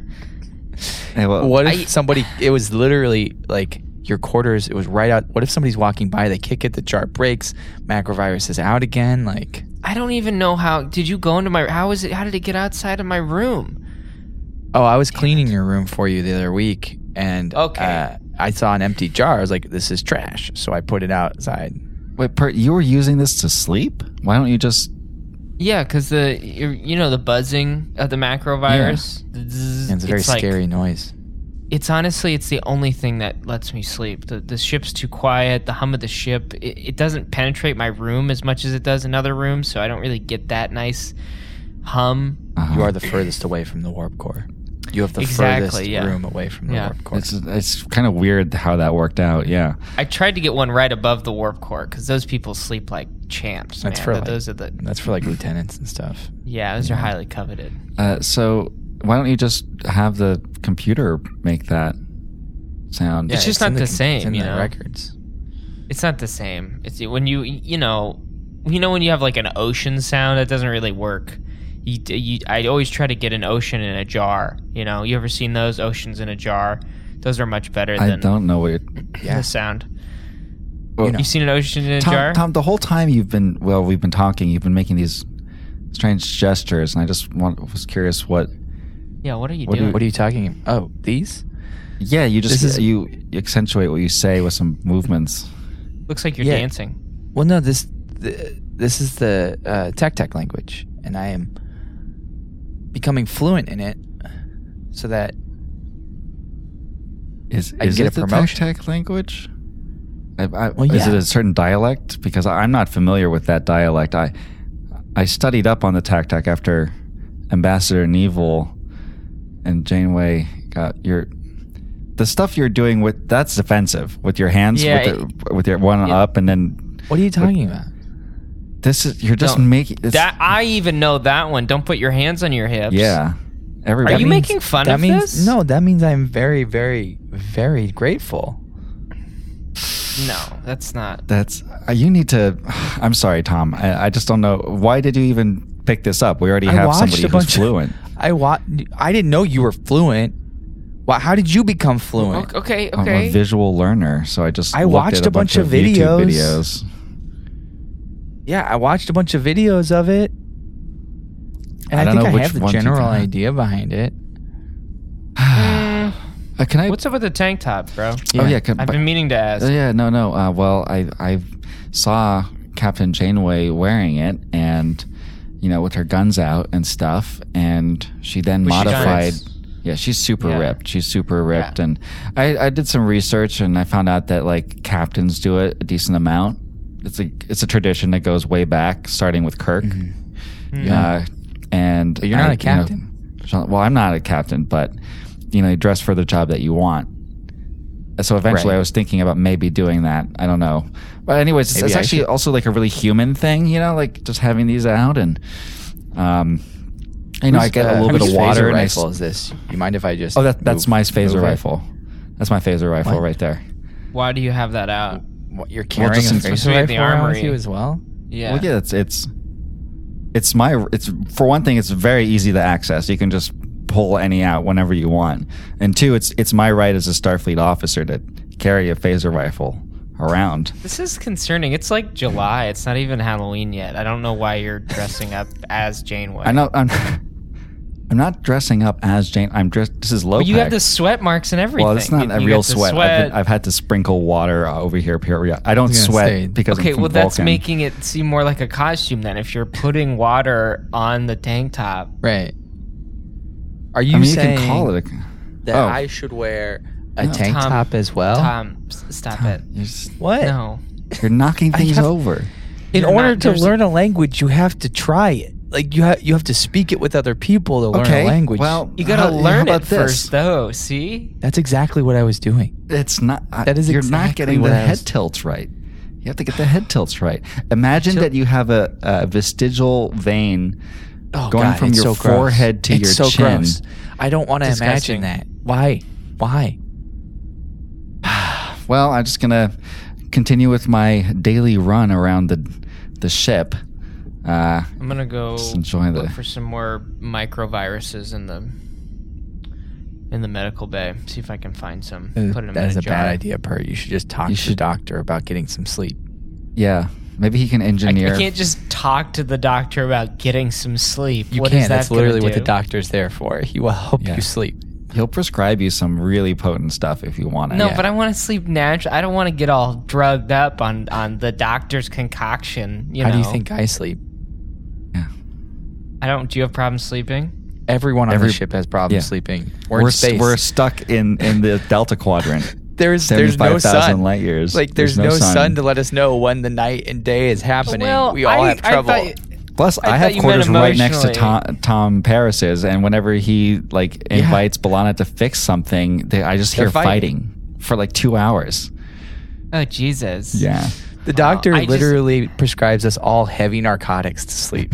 Hey, well, what if I- somebody? It was literally like your quarters. It was right out. What if somebody's walking by? They kick it. The jar breaks. Macrovirus is out again. Like, I don't even know how. Did you go into my? How is it? How did it get outside of my room? Oh, I was cleaning your room for you the other week, and Okay. uh, I saw an empty jar. I was like, "This is trash," so I put it outside. Wait, Pert, you were using this to sleep? Why don't you just? Yeah, because the you you know the buzzing of the macrovirus. And it's a very like- scary noise. it's honestly it's the only thing that lets me sleep. The the ship's too quiet. The hum of the ship it, it doesn't penetrate my room as much as it does another room, so I don't really get that nice hum. uh, You are the furthest away from the warp core. You have the Exactly, furthest yeah. room away from the Yeah. warp core. It's it's kind of weird how that worked out. Yeah. I tried to get one right above the warp core because those people sleep like champs. That's man. for Th- like- those are the That's for like lieutenants and stuff. yeah those are highly coveted. Uh, so why don't you just have the computer make that sound? It's just not in the com- same, It's in you the know? records. It's not the same. It's when you you know you know when you have like an ocean sound that doesn't really work. You, you, I always try to get an ocean in a jar. You know, you ever seen those oceans in a jar? Those are much better I than don't know what. You're, Yeah. the sound. Well, You've seen an ocean in a Tom, jar? Tom, the whole time you've been well, we've been talking. You've been making these strange gestures, and I just want, was curious what. yeah. What are you What do doing? What are you talking? Oh, these? Yeah, you just This is- you accentuate what you say with some movements. Looks like you're Yeah. dancing. Well, no. This th this is the uh, tech tech language, and I am becoming fluent in it, so that Is I can is get it a the promotion. tech language? I, I, Well, Is it yeah. a certain dialect? Because I- I'm not familiar with that dialect. I I studied up on the tactac after Ambassador Neville and Janeway got your the stuff you're doing with that's defensive with your hands Yeah, with, the, with your one yeah. up and then What are you talking about? this is you're just Don't- making it's, That I even know that one. Don't put your hands on your hips. yeah Are everybody you means- making fun that of means, this? No, that means I'm very, very, very grateful. No, that's not. that's uh, you need to i'm sorry tom I, I just don't know why did you even pick this up we already I have watched somebody a who's bunch of- fluent I wa- I didn't know you were fluent. Why, how did you become fluent? Okay, okay. i'm a visual learner so i just I looked watched at a bunch of YouTube videos. videos Yeah, I watched a bunch of videos of it. And I I, don't think know I which have the ones you general got. idea behind it. Uh, can i What's up with the tank top, bro? oh yeah can, I've but- been meaning to ask. Uh, yeah, no, no. Uh, well, I I saw Captain Janeway wearing it, and you know, with her guns out and stuff, and she then Was she modified. nice? yeah, she's super Yeah. ripped. She's super ripped, Yeah. and I, I did some research, and I found out that like captains do it a decent amount. It's a it's a tradition that goes way back, starting with Kirk. Uh, and Mm-hmm. But you're not a you know, captain. so- well, I'm not a captain, but you know, you dress for the job that you want. So eventually, Right. I was thinking about maybe doing that. I don't know, but anyways, it's, Maybe it's I actually should. also like a really human thing, you know, like just having these out and, um, you know, I get a little bit of water. And I, s- rifle is this? You mind if I just? oh, that, that's move- my move phaser it? rifle. That's my phaser rifle What? right there. Why do you have that out? What, you're carrying just a in- phaser Supposed to be rifle at the around with armory. you as well. Yeah. Well, yeah, it's it's it's my it's for one thing, it's very easy to access. You can just pull any out whenever you want, and two, it's it's my right as a Starfleet officer to carry a phaser rifle around. This is concerning. It's like July. It's not even Halloween yet. I don't know why you're dressing up as Janeway. I know I'm I'm not dressing up as Jane. I'm dressed. This is low. But you have the sweat marks and everything. Well, it's not You- a you real got the sweat. I've, been- I've had to sprinkle water uh, over here. Period. I don't was gonna sweat say- because okay, I'm from well, that's Vulcan. making it seem more like a costume then. If you're putting water on the tank top, Right. Are you I mean, you saying can call it. A, that oh. I should wear a tank Tom- top as well? Tom, s- stop it. you're, just- What? No. you're knocking things have- over. In You're order not- to there's- learn a language, you have to try it. Like you have you have to speak it with other people to learn okay. a language. Well, You gotta how- how learn it about this? first, though. See? that's exactly what I was doing. It's not. I- That is you're not exactly getting what the I was- head tilts right. You have to get the head tilts right. Imagine that you have a, a vestigial vein Oh, going God, from it's your so gross. forehead to It's your so chin. gross. I don't want to Disgusting. imagine that. Why? Why? Well, I'm just gonna continue with my daily run around the the ship. Uh, I'm gonna go Just enjoy the- look for some more microviruses in the in the medical bay. See if I can find some. Put them that in is a, a jar. bad idea, Per. You should just talk You to the should- doctor about getting some sleep. yeah, maybe he can I, engineer. I can't just talk to the doctor about getting some sleep. You What is can't. that That's literally gonna what the do? doctor's there for. He will help Yeah. you sleep. He'll prescribe you some really potent stuff if you want it. No, but I want to sleep natural. I don't want to get all drugged up on on the doctor's concoction. You How know. do you think I sleep? I don't. Do you have problems sleeping? Everyone on Every- the ship has problems yeah. sleeping. We're, in we're s- space. we're stuck in in the Delta Quadrant. there's there's no 75,000 sun. light years. Like there's, no, sun. to let us know when the night and day is happening. we all have trouble. Plus, I I, have thought you meant quarters right next to Tom, emotionally. Tom Paris's, and whenever he like invites Balana to fix something, they, I just They're hear fighting. fighting. for like two hours. oh Jesus. Yeah, the doctor I just- literally prescribes us all heavy narcotics to sleep.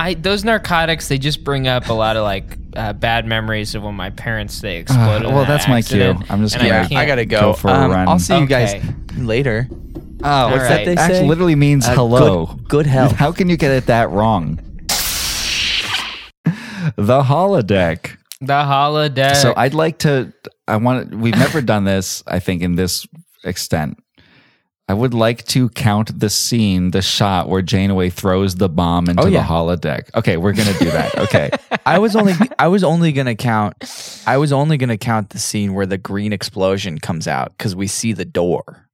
I those narcotics they just bring up a lot of like uh, bad memories of when my parents they exploded. Uh, in well, that that's my cue. accident, I'm just and gonna- yeah, I, I can't- gotta go. go for a um, run. I'll see you Okay. guys later. Oh, what's that they say? Actually, literally means Uh, hello. good- good health. How can you get it that wrong? the holodeck. The holodeck. So I'd like to. I want. We've never done this. I think in this extent, I would like to count the scene, the shot where Janeway throws the bomb into Oh, yeah. the holodeck. Okay, we're gonna do that. Okay, I was only I was only gonna count I was only gonna count the scene where the green explosion comes out because we see the door.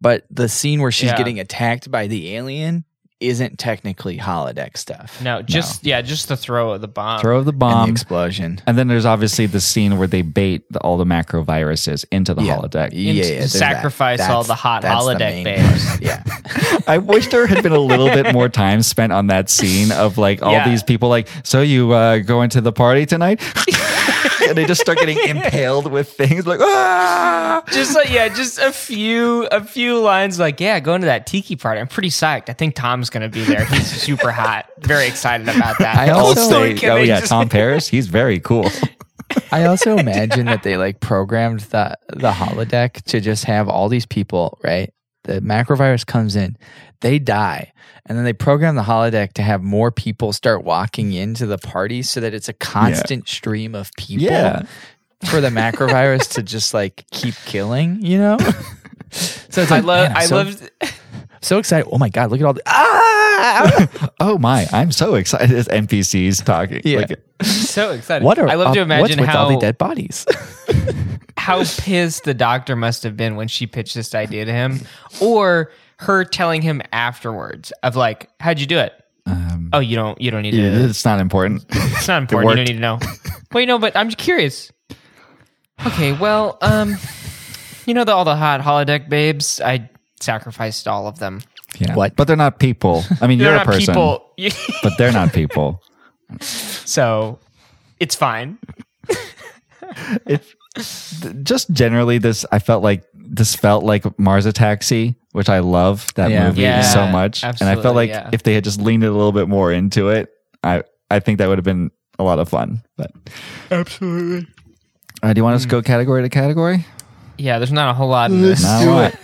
But the scene where she's Yeah. getting attacked by the alien isn't technically holodeck stuff. no, just yeah, just the throw of the bomb. throw the And the bomb. explosion. And then there's obviously the scene where they bait the, all the macroviruses into the Yeah. holodeck. Yeah, And yeah, there's that. sacrifice all the hot that's holodeck main babes. part. Yeah. I wish there had been a little bit more time spent on that scene of like all Yeah. these people like, so you uh, go into the party tonight? and they just start getting impaled with things like ah. just like yeah, just a few a few lines like yeah, going to that tiki party. I'm pretty psyched. I think Tom's gonna be there. He's super hot. Very excited about that. I All also story oh they yeah, just- Tom Paris, he's very cool. I also imagine that they like programmed the the holodeck to just have all these people, right? The macrovirus comes in, they die, and then they program the holodeck to have more people start walking into the party so that it's a constant stream of people Yeah. for the macrovirus to just like keep killing, you know? So it's I like, love man, I so, love so excited. Oh my god, look at all the ah! oh my, I'm so excited. It's NPCs talking. Yeah. Like, so excited. What are I love to uh, what's imagine with all how the dead bodies? how pissed the doctor must have been when she pitched this idea to him, or her telling him afterwards of like, "How'd you do it? oh, you don't you don't need to. yeah, it's not important. It's not important. You worked. don't need to know. well, you know, but I'm curious. Okay, well, um, you know the, all the hot holodeck babes. I sacrificed all of them. Yeah. What? But they're not people. I mean, They're you're not a person, people, but they're not people. so it's fine. If just generally, this I felt like this felt like Mars Taxi, which I love that Yeah. movie Yeah, so much, and I felt absolutely, like yeah. if they had just leaned it a little bit more into it, I I think that would have been a lot of fun. But Absolutely. uh, do you Hmm. want us to go category to category? Yeah, there's not a whole lot in this. Now what?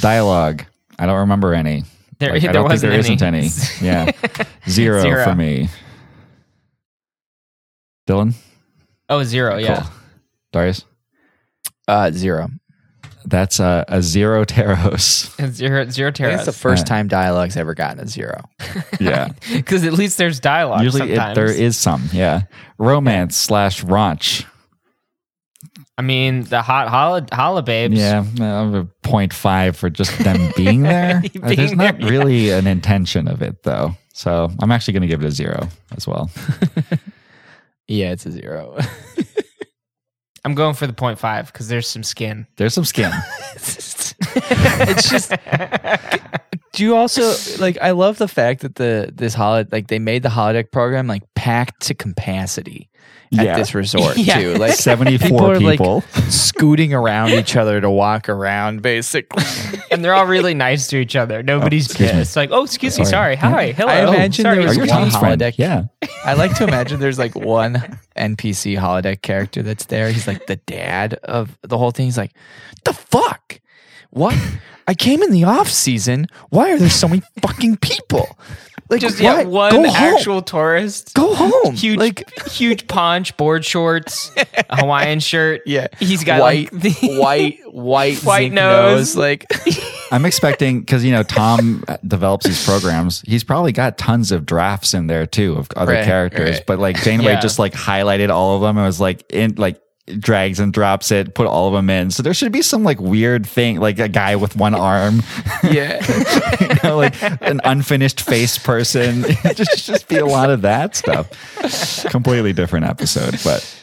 Dialogue. I don't remember any. There- Like, I there don't wasn't think there any. isn't any. Yeah, zero, Zero. for me. Dylan, Oh, zero. Yeah. Cool. Darius, uh, zero. that's uh, a, a zero Taros. Zero, zero I think it's terras. the first time dialogue's ever gotten a zero. Yeah, Because at least there's dialogue. usually it, sometimes. there is some. Yeah, romance slash raunch. I mean, the hot holla, holla babes. Yeah, I'm a point five for just them being there. Being Uh, There's not there, yeah. really an intention of it though, so I'm actually going to give it a zero as well. Yeah, it's a zero. I'm going for the point five because there's some skin. There's some skin. it's just do you also like i love the fact that the this holiday like they made the holodeck program like packed to capacity at Yeah. this resort Yeah. too like 74 are, like, people. scooting around each other to walk around basically and they're all really nice to each Oh, other. Nobody's excuse me. pissed. Like, oh, excuse me, sorry, Sorry. hi, hello. I imagine sorry, there was Mr. one Tom. Tom's friend. holodeck. Yeah. i like to imagine there's like one npc holodeck character that's there he's like the dad of the whole thing he's like the fuck what i came in the off season why are there so many fucking people like just yeah, what? one Go home. actual tourist. go home Huge, like huge paunch, board shorts, a Hawaiian shirt. Yeah, he's got white, like the white, white, White zinc nose. nose. Like, I'm expecting because you know Tom uh, develops these programs. He's probably got tons of drafts in there too of other Right, characters. right. But like Janeway Yeah. just like highlighted all of them and was like in like drags and drops it, put all of them in. So there should be some like weird thing, like a guy with one arm, yeah, you know, like an unfinished face person. just just be a lot of that stuff. Completely different episode, but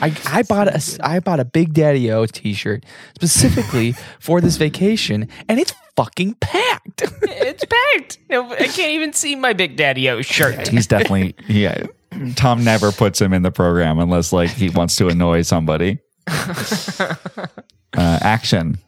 I, I bought a s- I bought a Big Daddy O T-shirt specifically for this vacation, and it's fucking packed. It's packed. No, I can't even see my Big Daddy O shirt. he's definitely yeah. Tom never puts him in the program unless like he wants to annoy somebody. uh, action,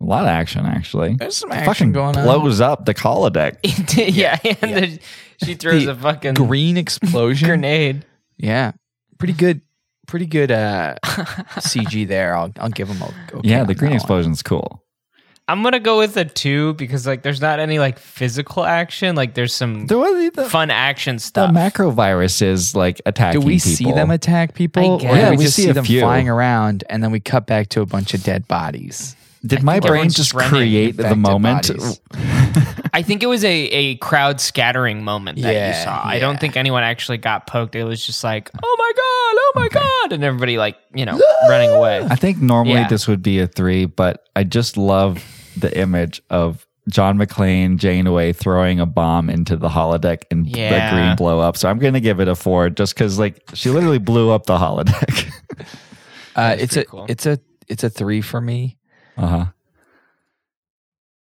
a lot of action actually. There's some Fucking action going on. blows up the holodeck. yeah, and the- she throws The a fucking Green explosion. grenade. Yeah, pretty good, pretty good uh, CG there. I'll I'll give him a okay Yeah, on the that green one. explosion's cool. I'm gonna go with a two because like there's not any like physical action. Like there's some There was the, fun action the stuff. macro virus is like attacking. Do we people. see them attack people, guess. or do Yeah, we, we just see see a them few. flying around, and then we cut back to a bunch of dead bodies? Did my think brain everyone's just running create the infected moment? bodies. I think it was a, a crowd scattering moment that you Yeah, saw. I don't yeah. think anyone actually got poked. It was just like, oh my god, oh my god, and everybody like you know running away. I think normally Yeah. this would be a three, but I just love the image of John McClane, Janeway throwing a bomb into the holodeck and Yeah. the green blow up. So I'm going to give it a four just because, like, she literally blew up the holodeck. Uh, it's a pretty cool. it's a it's a three for me. uh huh.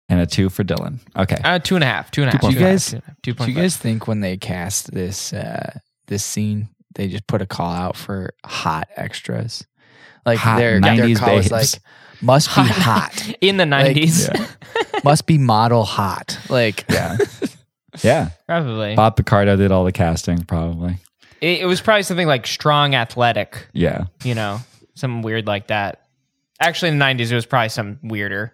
And a two for Dylan. Okay. Uh, two and a half, two and a half. Did you two and a half, guys- two and a half, two Do point you five. guys think when they cast this uh, this scene they just put a call out for hot extras. Like Hot their their 90s call is like babes. must be hot. in the Like, 90s. must be model hot. Like Yeah. yeah. Probably. Bob Picardo did all the casting, probably. It, it was probably something like strong athletic, Yeah. you know, something weird like that. Actually, in the 90s, it was probably some weirder.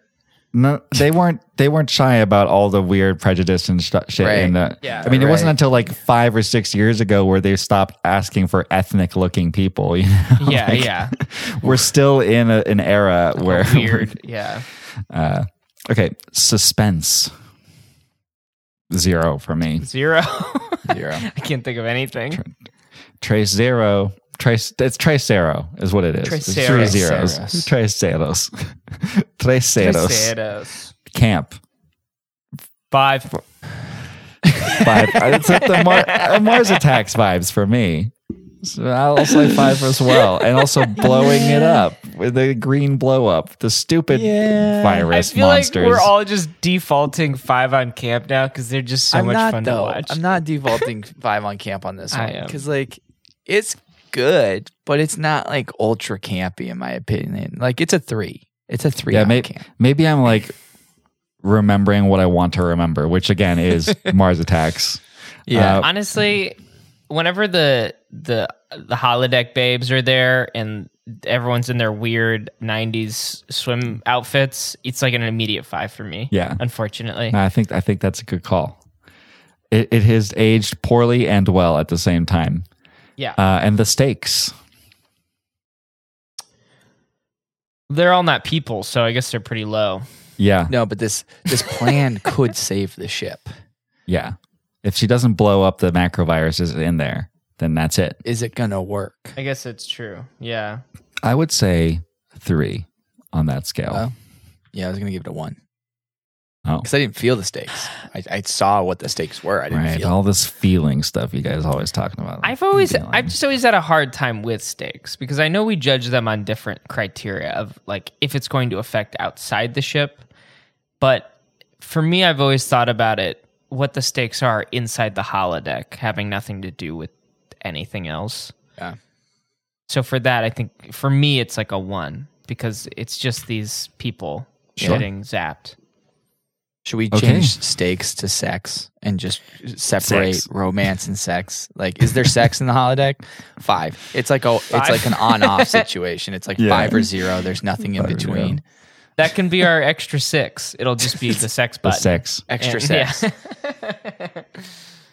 No, they weren't. They weren't shy about all the weird prejudice and stu shit. Right. In the, Yeah. I mean, it wasn't Right. until like five or six years ago where they stopped asking for ethnic-looking people. You know? Oh Yeah, Like, yeah. We're still in a, an era where Weird. Oh Yeah. Uh, okay, suspense. Zero for me. Zero. I can't think of anything. Trace zero. Trace. It's trace zero is what it is. It's three Traceros. zeros. Traceros. Trace zeros. Trace zeros. Potatoes. Camp. Five. five. It's at the Mar- uh, Mars Attacks vibes for me. So I'll say five as well. And also blowing it up with the green blow up, the stupid I virus feel monsters. like we're all just defaulting five on camp now because they're just so I'm much not fun though. to watch. I'm not defaulting five on camp on this I one am. because like it's good, but it's not like ultra campy in my opinion. Like it's a three. It's a three. yeah, on maybe, camp. maybe I'm like remembering what I want to remember, which again is Mars Attacks. Yeah. Uh, Honestly, whenever the the the holodeck babes are there and everyone's in their weird '90s swim outfits, it's like an immediate five for me. Yeah. unfortunately. no, I think I think that's a good call. It, it has aged poorly and well at the same time. yeah, Uh, and the stakes. they're all not people, so I guess they're pretty low. Yeah. no, but this this plan could save the ship. Yeah. If she doesn't blow up the macroviruses in there, then that's it. Is it gonna work? I guess it's true. Yeah, I would say three on that scale. Oh. Yeah, I was gonna give it a one Oh, because I didn't feel the stakes. I, I saw what the stakes were. I didn't right. Oh, feel. All this feeling stuff you guys always talking about. I've always, Feeling. I've just always had a hard time with stakes because I know we judge them on different criteria of like if it's going to affect outside the ship. But for me, I've always thought about it what the stakes are inside the holodeck, having nothing to do with anything else. Yeah. So for that, I think for me, it's like a one because it's just these people Sure. getting zapped. Should we Okay. change stakes to sex and just separate Sex. romance and sex? Like, is there sex in the holodeck? Five. It's like a, it's like an on-off situation. It's like Yeah. five or zero. There's nothing in Five or zero. between. That can be our extra six. It'll just be the sex the button. sex. Extra And- yeah. sex.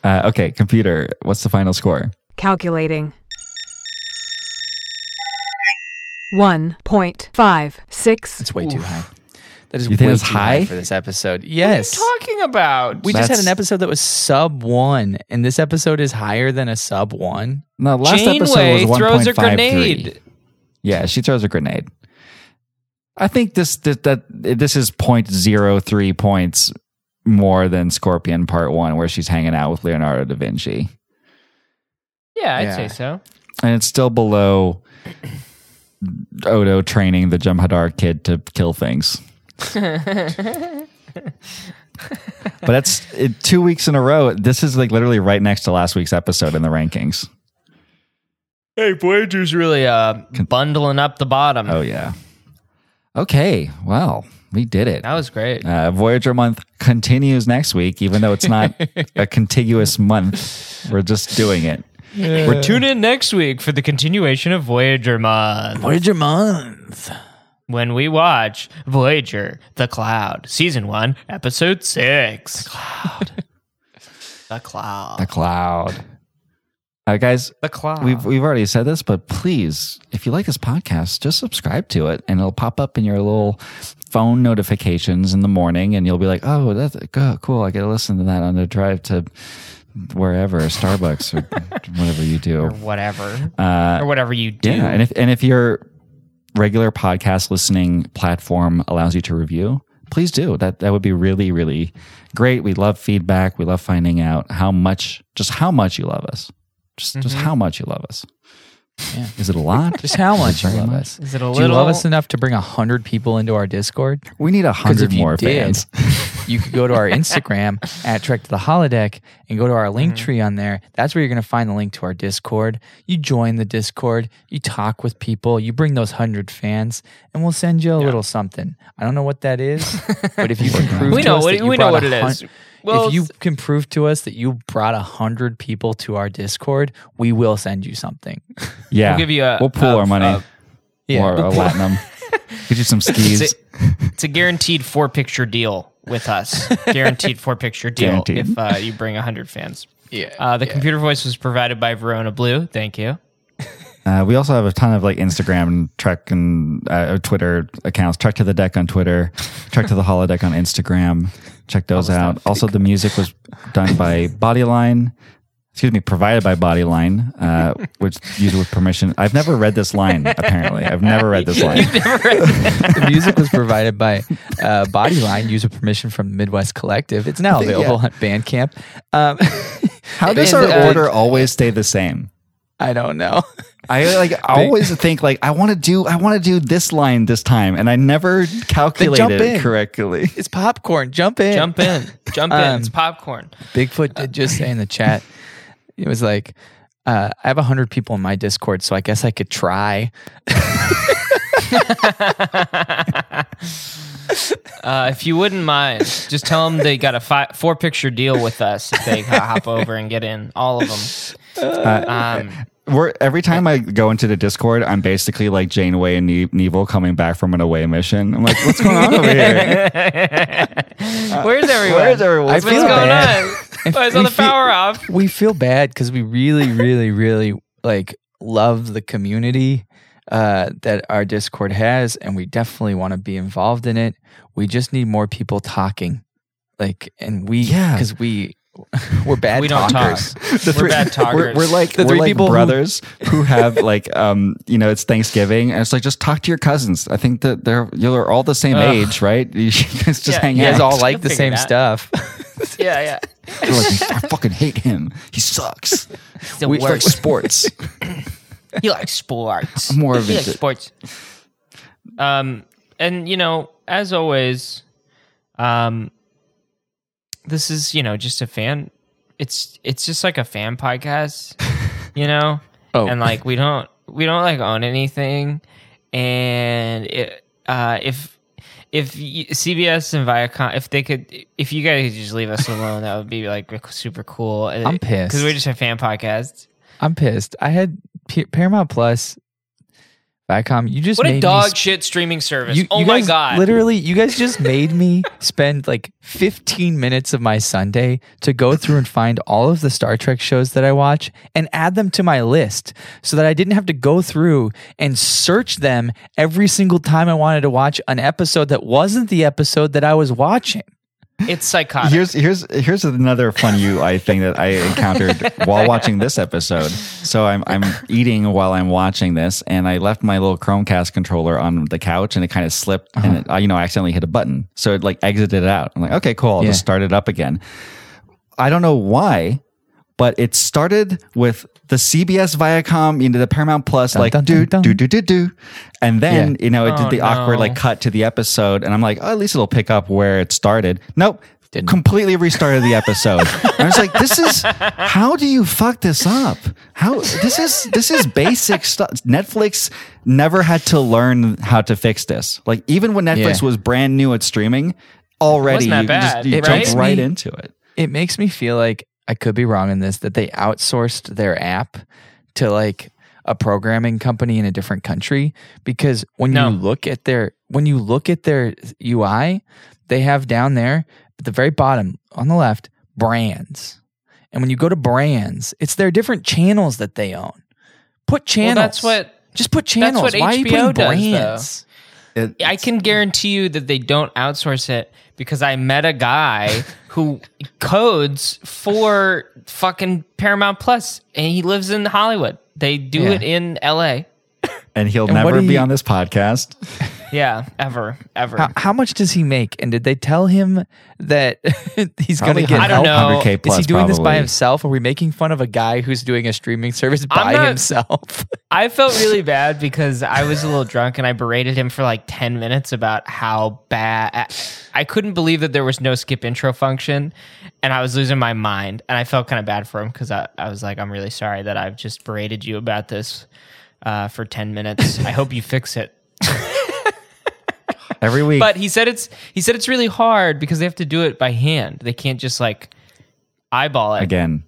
Uh, okay, computer. What's the final score? Calculating. 1.56. It's way too high. That is You think way it's too high? high? for this episode. Yes. Talking about we just had That's- an episode that was sub one, and this episode is higher than a sub one. No, last Janeway episode was throws a 1.53. grenade. Yeah, she throws a grenade. I think this that, that this is 0.03 points more than Scorpion Part One, where she's hanging out with Leonardo da Vinci. Yeah, I'd Yeah. say so. and it's still below Odo training the Jem'Hadar kid to kill things. but that's it, two weeks in a row. This is like literally right next to last week's episode in the rankings. Hey, Voyager's really uh, bundling up the bottom. Oh yeah. Okay. Well, we did it. That was great. Uh, Voyager month continues next week, even though it's not a contiguous month. We're just doing it. We're tune in next week for the continuation of Voyager Month Voyager month. when we watch Voyager: The Cloud, Season One, Episode Six. The Cloud. the Cloud. The cloud. Uh, guys, The Cloud. We've we've already said this, but please, if you like this podcast, just subscribe to it, and it'll pop up in your little phone notifications in the morning, and you'll be like, "Oh, that's go- cool! I get to listen to that on the drive to wherever, Starbucks, or whatever you or do." whatever. Uh, or whatever you do. yeah, and if and if your regular podcast listening platform allows you to review, please do that. That would be really really great. We love feedback. We love finding out how much, just how much you love us, just just how much you love us. Yeah. Is it a lot? Just how much you Very love much. us. Is it a Do you little- love us enough to bring a hundred people into our Discord? We need a 'Cause if hundred you more did- fans. you could go to our Instagram at Trek to the Holodeck and go to our Mm. link tree on there. That's where you're going to find the link to our Discord. You join the Discord, you talk with people, you bring those 100 fans, and we'll send you a little something. I don't know what that is, but if you can prove We to know us what- that you we know brought what a it hun- is. Well, if you s- can prove to us that you brought a hundred people to our Discord, we will send you something. Yeah, We'll give you a- We'll pool a- our money a- Yeah. or a platinum. Get you some It's skis. a, it's a guaranteed four picture deal with us. Guaranteed four picture deal Guaranteed. if uh, you bring 100 fans. Yeah, Uh, the yeah. computer voice was provided by Verona Blue. Thank you. Uh, we also have a ton of like Instagram and Trek and uh, Twitter accounts. Trek to the deck on Twitter. Trek to the holodeck on Instagram. Check those out. Also, the music was done by Bodyline. Excuse me, provided by Bodyline, uh, which used with permission. I've never read this line. Apparently, I've never read this line. the music was provided by uh, Bodyline, user permission from the Midwest Collective. It's now available on Bandcamp. Um, How does And, our uh, order always stay the same? I don't know. I like I always think like I want to do I want to do this line this time, and I never calculated in. it correctly. It's popcorn. Jump in. Jump in. Jump in. Um, it's popcorn. Bigfoot did just say in the chat, it was like, uh, I have 100 people in my Discord, so I guess I could try. Uh, if you wouldn't mind, just tell them they got a fi- four picture deal with us if they hop over and get in. All of them. Uh, Um, We're, every time I go into the Discord, I'm basically like Janeway and ne- Neville coming back from an away mission. I'm like, what's going on over here? where's everyone? uh, Where's everyone? I What's feel going bad. on? Why is all We the feel- power off? we feel bad because we really, really, really like love the community uh, that our Discord has, and we definitely want to be involved in it. We just need more people talking, like, and we, Yeah. because we we're bad We don't talkers. talk. we're bad talkers. We're, we're like The we're three like people who- brothers who, have like um you know it's Thanksgiving and it's like just talk to your cousins. I think that they're you're all the same Ugh. age, right? You should just Yeah, hang You out. guys all You'll like the figure same that. stuff. yeah, yeah. They're like, I fucking hate him. He sucks. the we like worst. sports. He likes sports. More of he it. likes sports. Um, and you know, as always, um, this is you know just a fan. It's it's just like a fan podcast, you know. Oh. and like we don't we don't like own anything, and it, uh, if. If you, CBS and Viacom, if they could, if you guys could just leave us alone, that would be like super cool. I'm pissed. because we're just a fan podcast. I'm pissed. I had P- Paramount Plus, Viacom. You just What made a me dog sp- shit streaming service. You, oh you my guys god. Literally, you guys just made me spend like 15 minutes of my Sunday to go through and find all of the Star Trek shows that I watch and add them to my list so that I didn't have to go through and search them every single time I wanted to watch an episode that wasn't the episode that I was watching. It's psychotic. Here's here's here's another fun UI thing that I encountered while watching this episode. So I'm I'm eating while I'm watching this, and I left my little Chromecast controller on the couch, and it kind of slipped, and Uh-huh. it, I, you know I accidentally hit a button, so it like exited it out. I'm like, okay, cool, I'll Yeah. just start it up again. I don't know why, but it started with the CBS Viacom into the Paramount Plus, like dun, do dun, do do do do, and then you know it did Oh, the awkward no. like cut to the episode, and I'm like, oh, at least it'll pick up where it started. Nope. Completely restarted the episode. I was like, "This is how do you fuck this up? How this is this is basic stuff. Netflix never had to learn how to fix this. Like even when Netflix Yeah. was brand new at streaming, already Wasn't that you, just, bad, you It jumped makes right me- into it. It makes me feel like I could be wrong in this that they outsourced their app to like a programming company in a different country because when No. you look at their when you look at their UI, they have down there at the very bottom on the left brands. And when you go to brands, it's their different channels that they own. Put well, channels. that's what just put what channels. Why are you HBO putting does, though. brands? I can guarantee you that they don't outsource it because I met a guy who codes for fucking Paramount Plus and he lives in Hollywood. They do Yeah. it in LA. And he'll And what never do be you- on this podcast. Yeah, ever, ever. How, how much does he make? And did they tell him that he's going to Probably get I don't help? know. 100K Is plus he doing this by probably. himself? Are we making fun of a guy who's doing a streaming service by not- himself? I felt really bad because I was a little drunk and I berated him for like 10 minutes about how bad I couldn't believe that there was no skip intro function and I was losing my mind. And I felt kind of bad for him because I, I was like, I'm really sorry that I've just berated you about this uh, for 10 minutes. I hope you fix it. Every week. But he said it's he said it's really hard because they have to do it by hand. They can't just like eyeball it. again,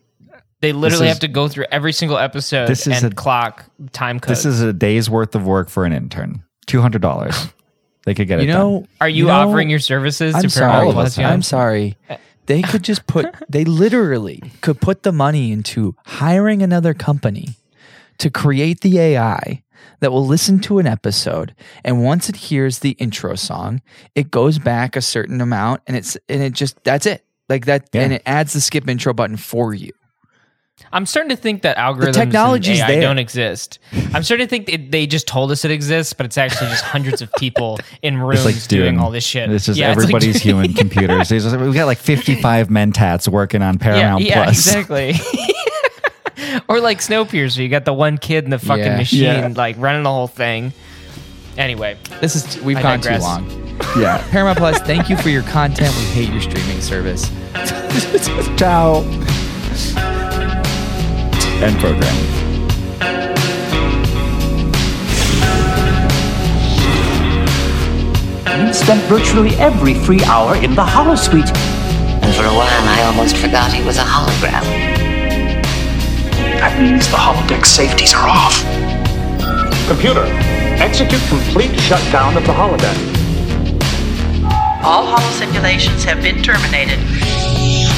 They literally is- have to go through every single episode This is and a- clock time code. this is a day's worth of work for an intern. Two hundred dollars. They could get it You know, Are you, know- offering your services I'm to sorry. Paramount Plus? I'm sorry. They could just put. They literally could put the money into hiring another company to create the AI that will listen to an episode, and once it hears the intro song, it goes back a certain amount, and it's and it just that's it. Like that, Yeah. and it adds the skip intro button for you. I'm starting to think that algorithms technology's and AI there. don't exist. I'm starting to think it, they just told us it exists, but it's actually just hundreds of people in rooms It's like doing Dune. all this shit. It's just Yeah, like- everybody's human computers. It's just- We've got like 55 mentats working on yeah, Paramount yeah, Plus. exactly. or like Snowpiercer, you got the one kid in the fucking Yeah. machine, Yeah. like running the whole thing. Anyway, This is we've I gone digress. too long. Yeah. Paramount Plus, thank you for your content. We hate your streaming service. Ciao. End program. You spent virtually every free hour in the holosuite. And for a while, I almost forgot he was a hologram. That means the holodeck safeties are off. Computer, execute complete shutdown of the holodeck. All holo simulations have been terminated.